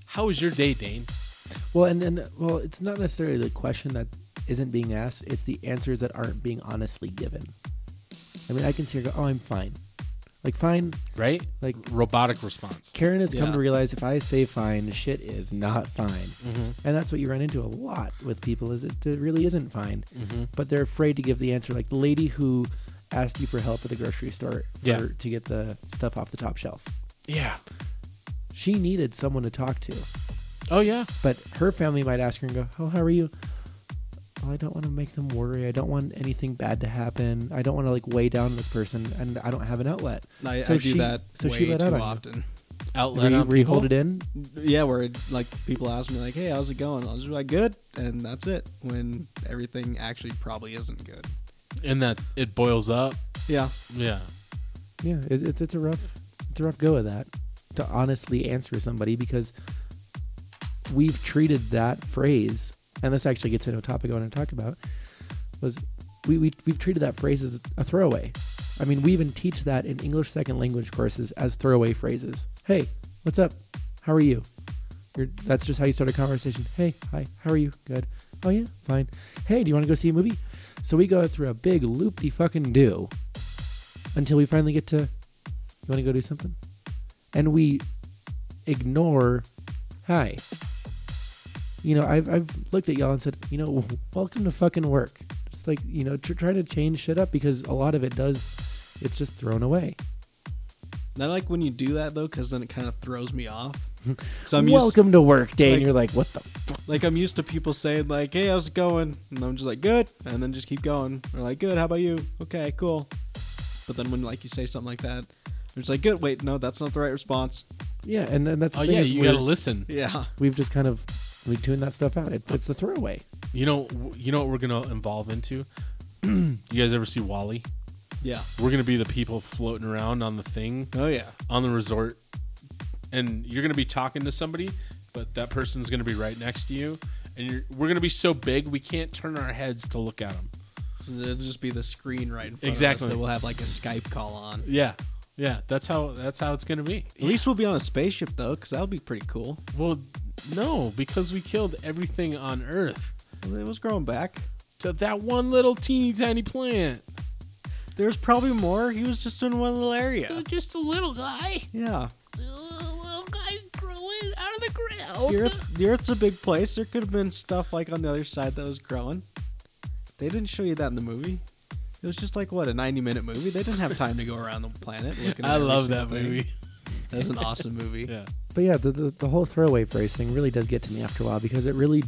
Speaker 1: how was your day dane
Speaker 2: Well, and then well, it's not necessarily the question that isn't being asked; it's the answers that aren't being honestly given. I mean, I can see her go, "Oh, I'm fine," like fine.
Speaker 1: right
Speaker 2: Like
Speaker 1: robotic response
Speaker 2: Karen has come
Speaker 3: Yeah.
Speaker 2: to realize if I say fine, shit is not fine,
Speaker 3: Mm-hmm.
Speaker 2: and that's what you run into a lot with people is it, it really isn't fine,
Speaker 3: Mm-hmm.
Speaker 2: but they're afraid to give the answer. Like the lady who asked you for help at the grocery store for,
Speaker 1: Yeah.
Speaker 2: to get the stuff off the top shelf.
Speaker 1: yeah
Speaker 2: She needed someone to talk to,
Speaker 1: oh yeah
Speaker 2: but her family might ask her and go, "Oh, how are you?" Well, I don't want to make them worry. I don't want anything bad to happen. I don't want to like weigh down this person, and I don't have an outlet.
Speaker 3: I, I do that way too
Speaker 2: on you.
Speaker 3: often.
Speaker 1: outlet
Speaker 2: Re,
Speaker 1: on
Speaker 2: re-
Speaker 1: people?
Speaker 2: hold it in.
Speaker 3: Yeah, where like people ask me like, "Hey, how's it going?" I'll just be like, "Good," and that's it. When everything actually probably isn't good.
Speaker 1: and that it boils up
Speaker 3: Yeah,
Speaker 1: yeah
Speaker 2: Yeah, it's, it's it's a rough it's a rough go of that to honestly answer somebody because we've treated that phrase, and this actually gets into a topic I want to talk about was we, we we've treated that phrase as a throwaway. I mean, we even teach that in English second language courses as throwaway phrases. Hey, what's up? How are you? You're, that's just how you start a conversation. Hey, hi, how are you? Good. Oh yeah, fine. Hey, do you want to go see a movie? So we go through a big loop de fucking do until we finally get to you want to go do something and we ignore hi you know i've, I've looked at y'all and said you know welcome to fucking work just like you know tr- try to change shit up because a lot of it does it's just thrown away
Speaker 3: and I like when you do that though, because then it kind of throws me off. So I'm used,
Speaker 2: welcome to work day and
Speaker 3: like-
Speaker 2: you're like what the fuck
Speaker 3: like I'm used to people saying like, "Hey, how's it going?" and I'm just like, "Good," and then just keep going. They're like, "Good, how about you?" Okay, cool. But then when like you say something like that, they're just like, "Good, wait, no, that's not the right response."
Speaker 2: yeah and then that's the
Speaker 1: oh
Speaker 2: thing
Speaker 1: yeah
Speaker 2: is
Speaker 1: you
Speaker 2: we're-
Speaker 1: gotta listen
Speaker 3: Yeah,
Speaker 2: we've just kind of we tune that stuff out it, it's the throwaway
Speaker 1: you know you know what we're gonna evolve into you guys ever see wally
Speaker 3: yeah,
Speaker 1: we're gonna be the people floating around on the thing
Speaker 3: oh yeah,
Speaker 1: on the resort and you're gonna be talking to somebody but that person's gonna be right next to you and you're, we're gonna be so big we can't turn our heads to look at them
Speaker 3: it'll just be the screen right in front
Speaker 1: Exactly.
Speaker 3: of us that we'll have like a Skype call on.
Speaker 1: yeah yeah that's how that's how it's gonna be
Speaker 3: At least we'll be on a spaceship though, because that'll be pretty cool.
Speaker 1: well no because we killed everything on earth
Speaker 3: Well, It was growing back.
Speaker 1: to that one little teeny tiny plant
Speaker 3: There's probably more. He was just in one little area.
Speaker 5: Just a little guy.
Speaker 3: Yeah,
Speaker 5: A little guy growing out of the ground.
Speaker 3: the Earth, the Earth's a big place. There could have been stuff like on the other side that was growing. They didn't show you that in the movie. It was just like what a ninety-minute movie. They didn't have time to go around the planet looking. At
Speaker 1: I
Speaker 3: every
Speaker 1: love
Speaker 3: single
Speaker 1: that
Speaker 3: thing.
Speaker 1: movie.
Speaker 3: That was an awesome movie.
Speaker 1: Yeah.
Speaker 2: But yeah, the, the the whole throwaway phrase thing really does get to me after a while because it really,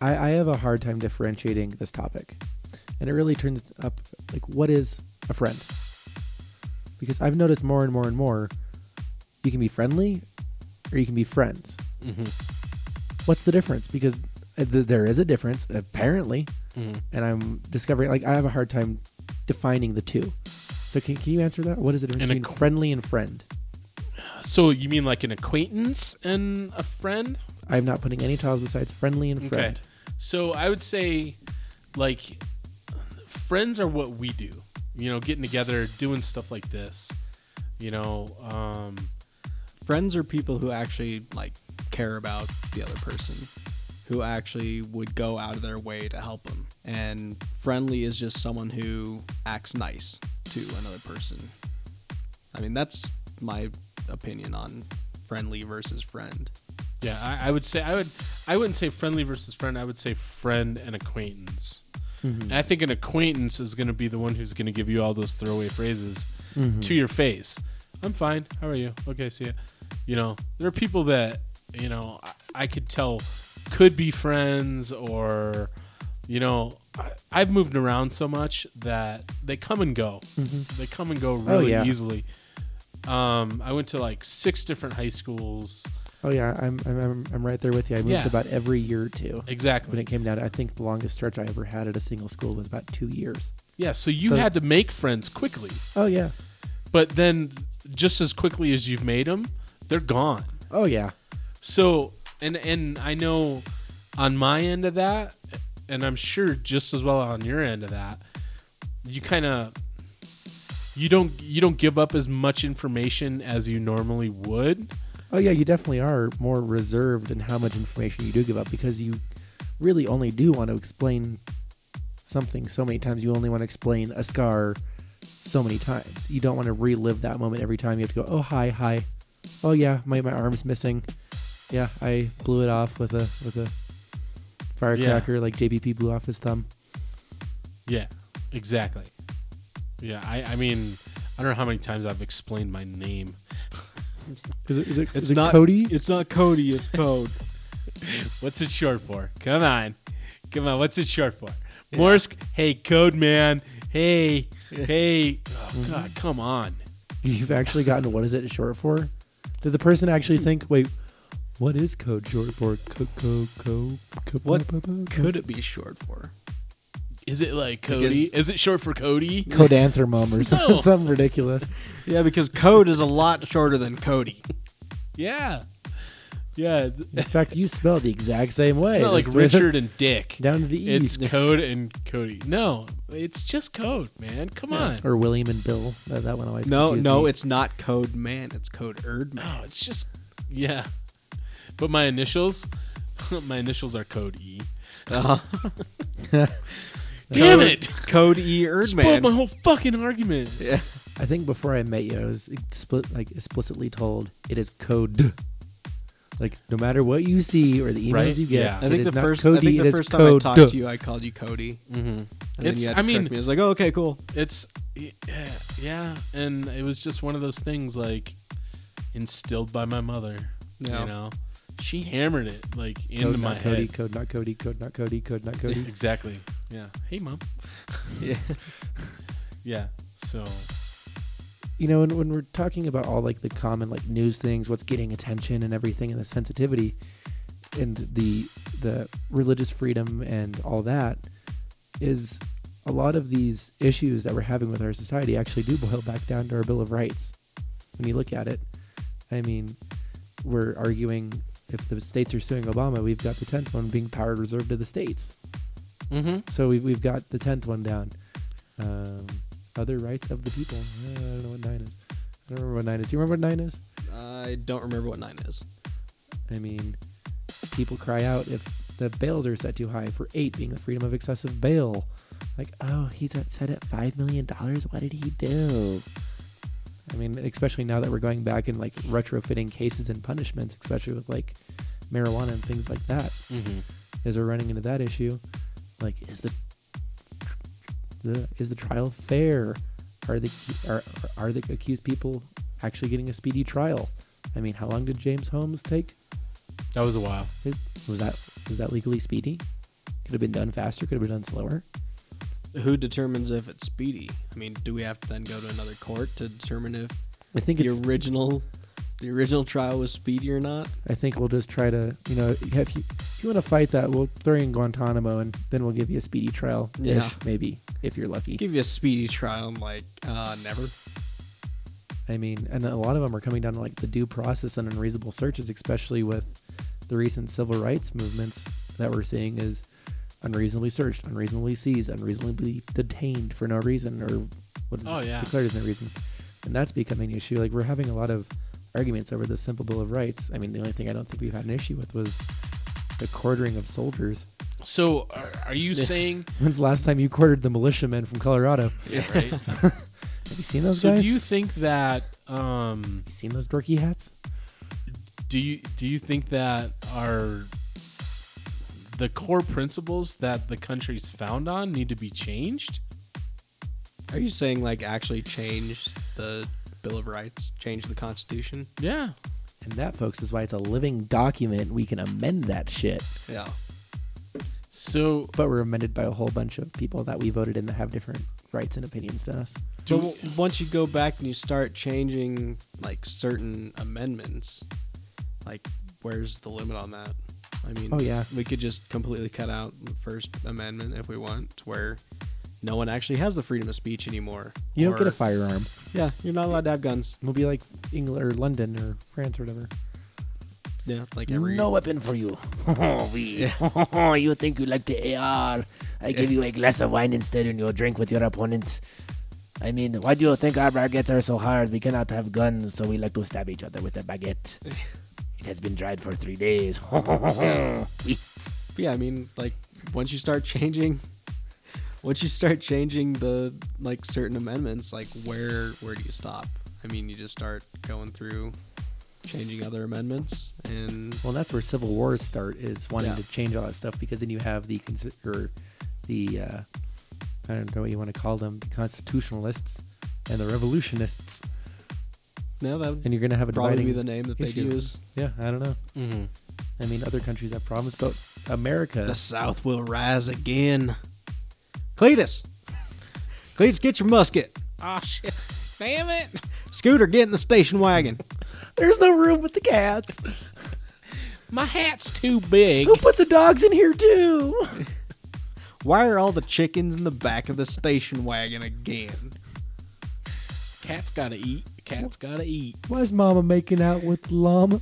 Speaker 2: I, I have a hard time differentiating this topic, and it really turns up like what is a friend? Because I've noticed more and more and more, you can be friendly, or you can be friends. What's the difference? Because uh, th- there is a difference apparently, and I'm discovering like I have a hard time defining the two. So can, can you answer that? What is the difference
Speaker 1: An
Speaker 2: between friendly and friend?
Speaker 1: So you mean like an acquaintance and a friend?
Speaker 2: I'm not putting any tiles besides friendly and friend.
Speaker 1: So I would say, like, friends are what we do. You know, getting together, doing stuff like this. You know, um,
Speaker 3: Friends are people who actually like care about the other person, who actually would go out of their way to help them. And friendly is just someone who acts nice to another person. I mean, that's my opinion on friendly versus friend.
Speaker 1: yeah, I, I would say I would. I wouldn't say friendly versus friend. I would say friend and acquaintance.
Speaker 2: Mm-hmm.
Speaker 1: And I think an acquaintance is going to be the one who's going to give you all those throwaway phrases
Speaker 2: Mm-hmm.
Speaker 1: to your face. I'm fine. How are you? Okay, see ya. You know, there are people that you know I, I could tell could be friends, or you know, I, I've moved around so much that they come and go. They come and go really
Speaker 2: Mm-hmm. Oh, yeah.
Speaker 1: easily. Um, I went to like six different high schools.
Speaker 2: Oh yeah, I'm I'm I'm, I'm right there with you. I moved
Speaker 1: Yeah.
Speaker 2: about every year or two. When
Speaker 1: Exactly.
Speaker 2: it came down, to, I think the longest stretch I ever had at a single school was about two years.
Speaker 1: Yeah, so you
Speaker 2: So-
Speaker 1: had to make friends quickly,
Speaker 2: Oh yeah,
Speaker 1: but then just as quickly as you've made them, they're gone.
Speaker 2: oh yeah.
Speaker 1: So, and and I know on my end of that, and I'm sure just as well on your end of that, you kind of you don't you don't give up as much information as you normally would.
Speaker 2: Oh yeah, you definitely are more reserved in how much information you do give up because you really only do want to explain something so many times. You only want to explain a scar so many times. You don't want to relive that moment every time. You have to go, oh hi hi, oh yeah, my my arm's missing. Yeah, I blew it off with a with a firecracker like JBP blew off his thumb.
Speaker 1: Yeah, exactly. Yeah, I I mean I don't know how many times I've explained my name.
Speaker 2: Is it, is it, is it Cody?
Speaker 3: It's not Cody. It's Code.
Speaker 1: What's it short for? Come on. Come on. What's it short for? Morse. Hey, code man. Hey. Hey. Oh, God. Come on.
Speaker 2: You've actually gotten what is it short for? Did the person actually
Speaker 1: Hmm.
Speaker 2: think? Wait, what is code short for? Co co co. co
Speaker 3: What
Speaker 2: po- po- po-
Speaker 3: could it be short for?
Speaker 1: Is it like Cody? Is it short for Cody?
Speaker 2: Codanthromum or something,
Speaker 1: No.
Speaker 2: something ridiculous.
Speaker 3: Yeah, because code is a lot shorter than Cody.
Speaker 1: Yeah. Yeah. th-
Speaker 2: In fact, you spell it the exact same way.
Speaker 1: It's not like
Speaker 2: just with-
Speaker 1: Richard and Dick.
Speaker 2: down to the E.
Speaker 1: It's code and Cody. No, it's just code, man. Come on.
Speaker 2: or William and Bill. That, that one always.
Speaker 3: No,
Speaker 2: confused
Speaker 3: no,
Speaker 2: me.
Speaker 3: it's not Code Man. It's Code Erd Man.
Speaker 1: No, it's just. Yeah. But my initials, my initials are code E. Damn it.
Speaker 3: Uh-huh. Code E Erd Man.
Speaker 1: Spoiled my whole fucking argument.
Speaker 3: Yeah.
Speaker 2: I think before I met you, I was expli- like explicitly told it is code. Like no matter what you see or the emails
Speaker 1: Right?
Speaker 2: you get,
Speaker 1: Yeah.
Speaker 3: I
Speaker 2: it
Speaker 3: think
Speaker 2: is
Speaker 3: the
Speaker 2: not
Speaker 3: first.
Speaker 2: Cody.
Speaker 3: I think
Speaker 2: it
Speaker 3: the
Speaker 2: is
Speaker 3: first time I
Speaker 2: code.
Speaker 3: talked to you, I called you Cody.
Speaker 1: Mm-hmm.
Speaker 3: And
Speaker 1: It's-
Speaker 3: then you had
Speaker 1: I
Speaker 3: to correct
Speaker 1: mean-
Speaker 3: me. I was like, "Oh, okay, cool."
Speaker 1: it's yeah, yeah and it was just one of those things like instilled by my mother
Speaker 3: Yeah.
Speaker 1: you know she hammered it like into
Speaker 2: Code
Speaker 1: my
Speaker 2: not Cody.
Speaker 1: head
Speaker 2: Code not Cody. Code not Cody. Code not Cody.
Speaker 1: exactly yeah hey mom
Speaker 3: Yeah.
Speaker 1: yeah so
Speaker 2: you know, when, when we're talking about all like the common like news things, what's getting attention and everything, and the sensitivity, and the the religious freedom and all that, is a lot of these issues that we're having with our society actually do boil back down to our Bill of Rights. When you look at it, I mean, we're arguing if the states are suing Obama, we've got the tenth one being powered reserved to the states.
Speaker 1: mm-hmm.
Speaker 2: So we've, we've got the tenth one down. Um, other rights of the people. Uh, I don't know what nine is. I don't remember what nine is. Do you remember what nine is?
Speaker 3: I don't remember what nine is.
Speaker 2: I mean, people cry out if the bails are set too high for eight being the freedom of excessive bail. Like, oh, he's at set at five million dollars. What did he do? I mean, especially now that we're going back and like retrofitting cases and punishments, especially with like marijuana and things like that.
Speaker 1: Mm-hmm.
Speaker 2: as we're running into that issue, like is the the is the trial fair? Are the are are the accused people actually getting a speedy trial? I mean, how long did James Holmes take?
Speaker 1: That was a while.
Speaker 2: Is, was that was that legally speedy? Could have been done faster. Could have been done slower.
Speaker 3: Who determines if it's speedy? I mean, do we have to then go to another court to determine if
Speaker 2: I think
Speaker 3: the
Speaker 2: it's.
Speaker 3: original the original trial was speedy or not?
Speaker 2: I think we'll just try to you know if you if you want to fight that, we'll throw you in Guantanamo and then we'll give you a speedy trial.
Speaker 3: Yeah.
Speaker 2: maybe if you're lucky.
Speaker 3: Give you a speedy trial, I'm like, uh, never.
Speaker 2: I mean, and a lot of them are coming down to like the due process and unreasonable searches, especially with the recent civil rights movements that we're seeing is unreasonably searched, unreasonably seized, unreasonably detained for no reason or what is
Speaker 1: Oh,
Speaker 2: it?
Speaker 1: yeah.
Speaker 2: declared as no reason. And that's becoming an issue. Like we're having a lot of arguments over the simple Bill of Rights. I mean, the only thing I don't think we've had an issue with was the quartering of soldiers.
Speaker 1: So are, are you saying?
Speaker 2: When's the last time you quartered the militiamen from Colorado?
Speaker 1: Yeah, right.
Speaker 2: Have you seen those
Speaker 1: so
Speaker 2: guys?
Speaker 1: do you think that? Um,
Speaker 2: you seen those dorky hats?
Speaker 1: do you do you think that our the core principles that the country's found on need to be changed?
Speaker 3: Are you saying like actually change the Bill of Rights, change the Constitution?
Speaker 1: Yeah.
Speaker 2: And that, folks, is why it's a living document. We can amend that shit.
Speaker 3: Yeah.
Speaker 1: So
Speaker 2: But we're amended by a whole bunch of people that we voted in that have different rights and opinions than us.
Speaker 1: Do-
Speaker 3: but w- once you go back and you start changing like certain amendments, like where's the limit on that? I mean,
Speaker 2: Oh, yeah.
Speaker 3: we could just completely cut out the First Amendment if we want, to where no one actually has the freedom of speech anymore.
Speaker 2: You don't get
Speaker 3: Or-
Speaker 2: a firearm.
Speaker 3: Yeah, you're not allowed to have guns.
Speaker 2: We'll be like England or London or France or whatever.
Speaker 3: Yeah, like every
Speaker 6: No weapon for you. Oh, we. you think you like the AR? I give you a glass of wine instead and you drink with your opponent. I mean, why do you think our baguettes are so hard? We cannot have guns, so we like to stab each other with a baguette. It has been dried for three days. We-
Speaker 3: But yeah, I mean, like once you start changing, once you start changing the like certain amendments, like where where do you stop? I mean, you just start going through changing other amendments, and
Speaker 2: Well, that's where civil wars start, is wanting
Speaker 3: Yeah.
Speaker 2: to change all that stuff because then you have the, consi- or the uh, I don't know what you want to call them, the constitutionalists and the revolutionists.
Speaker 3: no, that would
Speaker 2: And you're going to have a
Speaker 3: probably
Speaker 2: dividing
Speaker 3: be the name that they
Speaker 2: issue.
Speaker 3: use.
Speaker 2: Yeah, I don't know. I mean, other countries have problems, but America.
Speaker 3: The South will rise again. Cletus, Cletus, get your musket.
Speaker 7: Oh shit. Damn it.
Speaker 3: Scooter, get in the station wagon.
Speaker 6: There's no room with the cats.
Speaker 1: my hat's too big.
Speaker 6: Who put the dogs in here, too?
Speaker 3: Why are all the chickens in the back of the station wagon again?
Speaker 1: Cat's gotta eat. Cat's gotta eat.
Speaker 2: Why's Mama making out with the llama?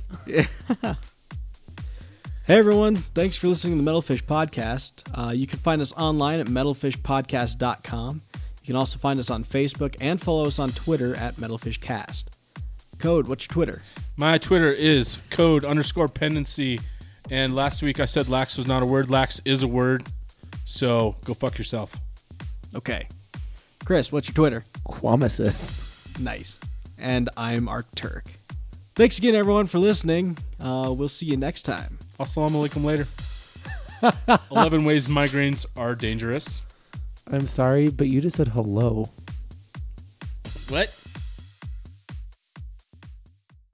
Speaker 3: Hey everyone, thanks for listening to the Metalfish Podcast. Uh, you can find us online at metalfishpodcast.com. You can also find us on Facebook and follow us on Twitter at MetalfishCast. Code, what's your Twitter?
Speaker 1: My Twitter is code underscore pendency. And last week I said lax was not a word. Lax is a word. So go fuck yourself.
Speaker 3: Okay. Chris, what's your Twitter?
Speaker 2: Quamasis.
Speaker 3: Nice. And I'm Arcturk. Thanks again, everyone, for listening. Uh, we'll see you next time.
Speaker 1: Assalamu alaikum later. 11 ways migraines are dangerous.
Speaker 2: I'm sorry, but you just said hello.
Speaker 1: What?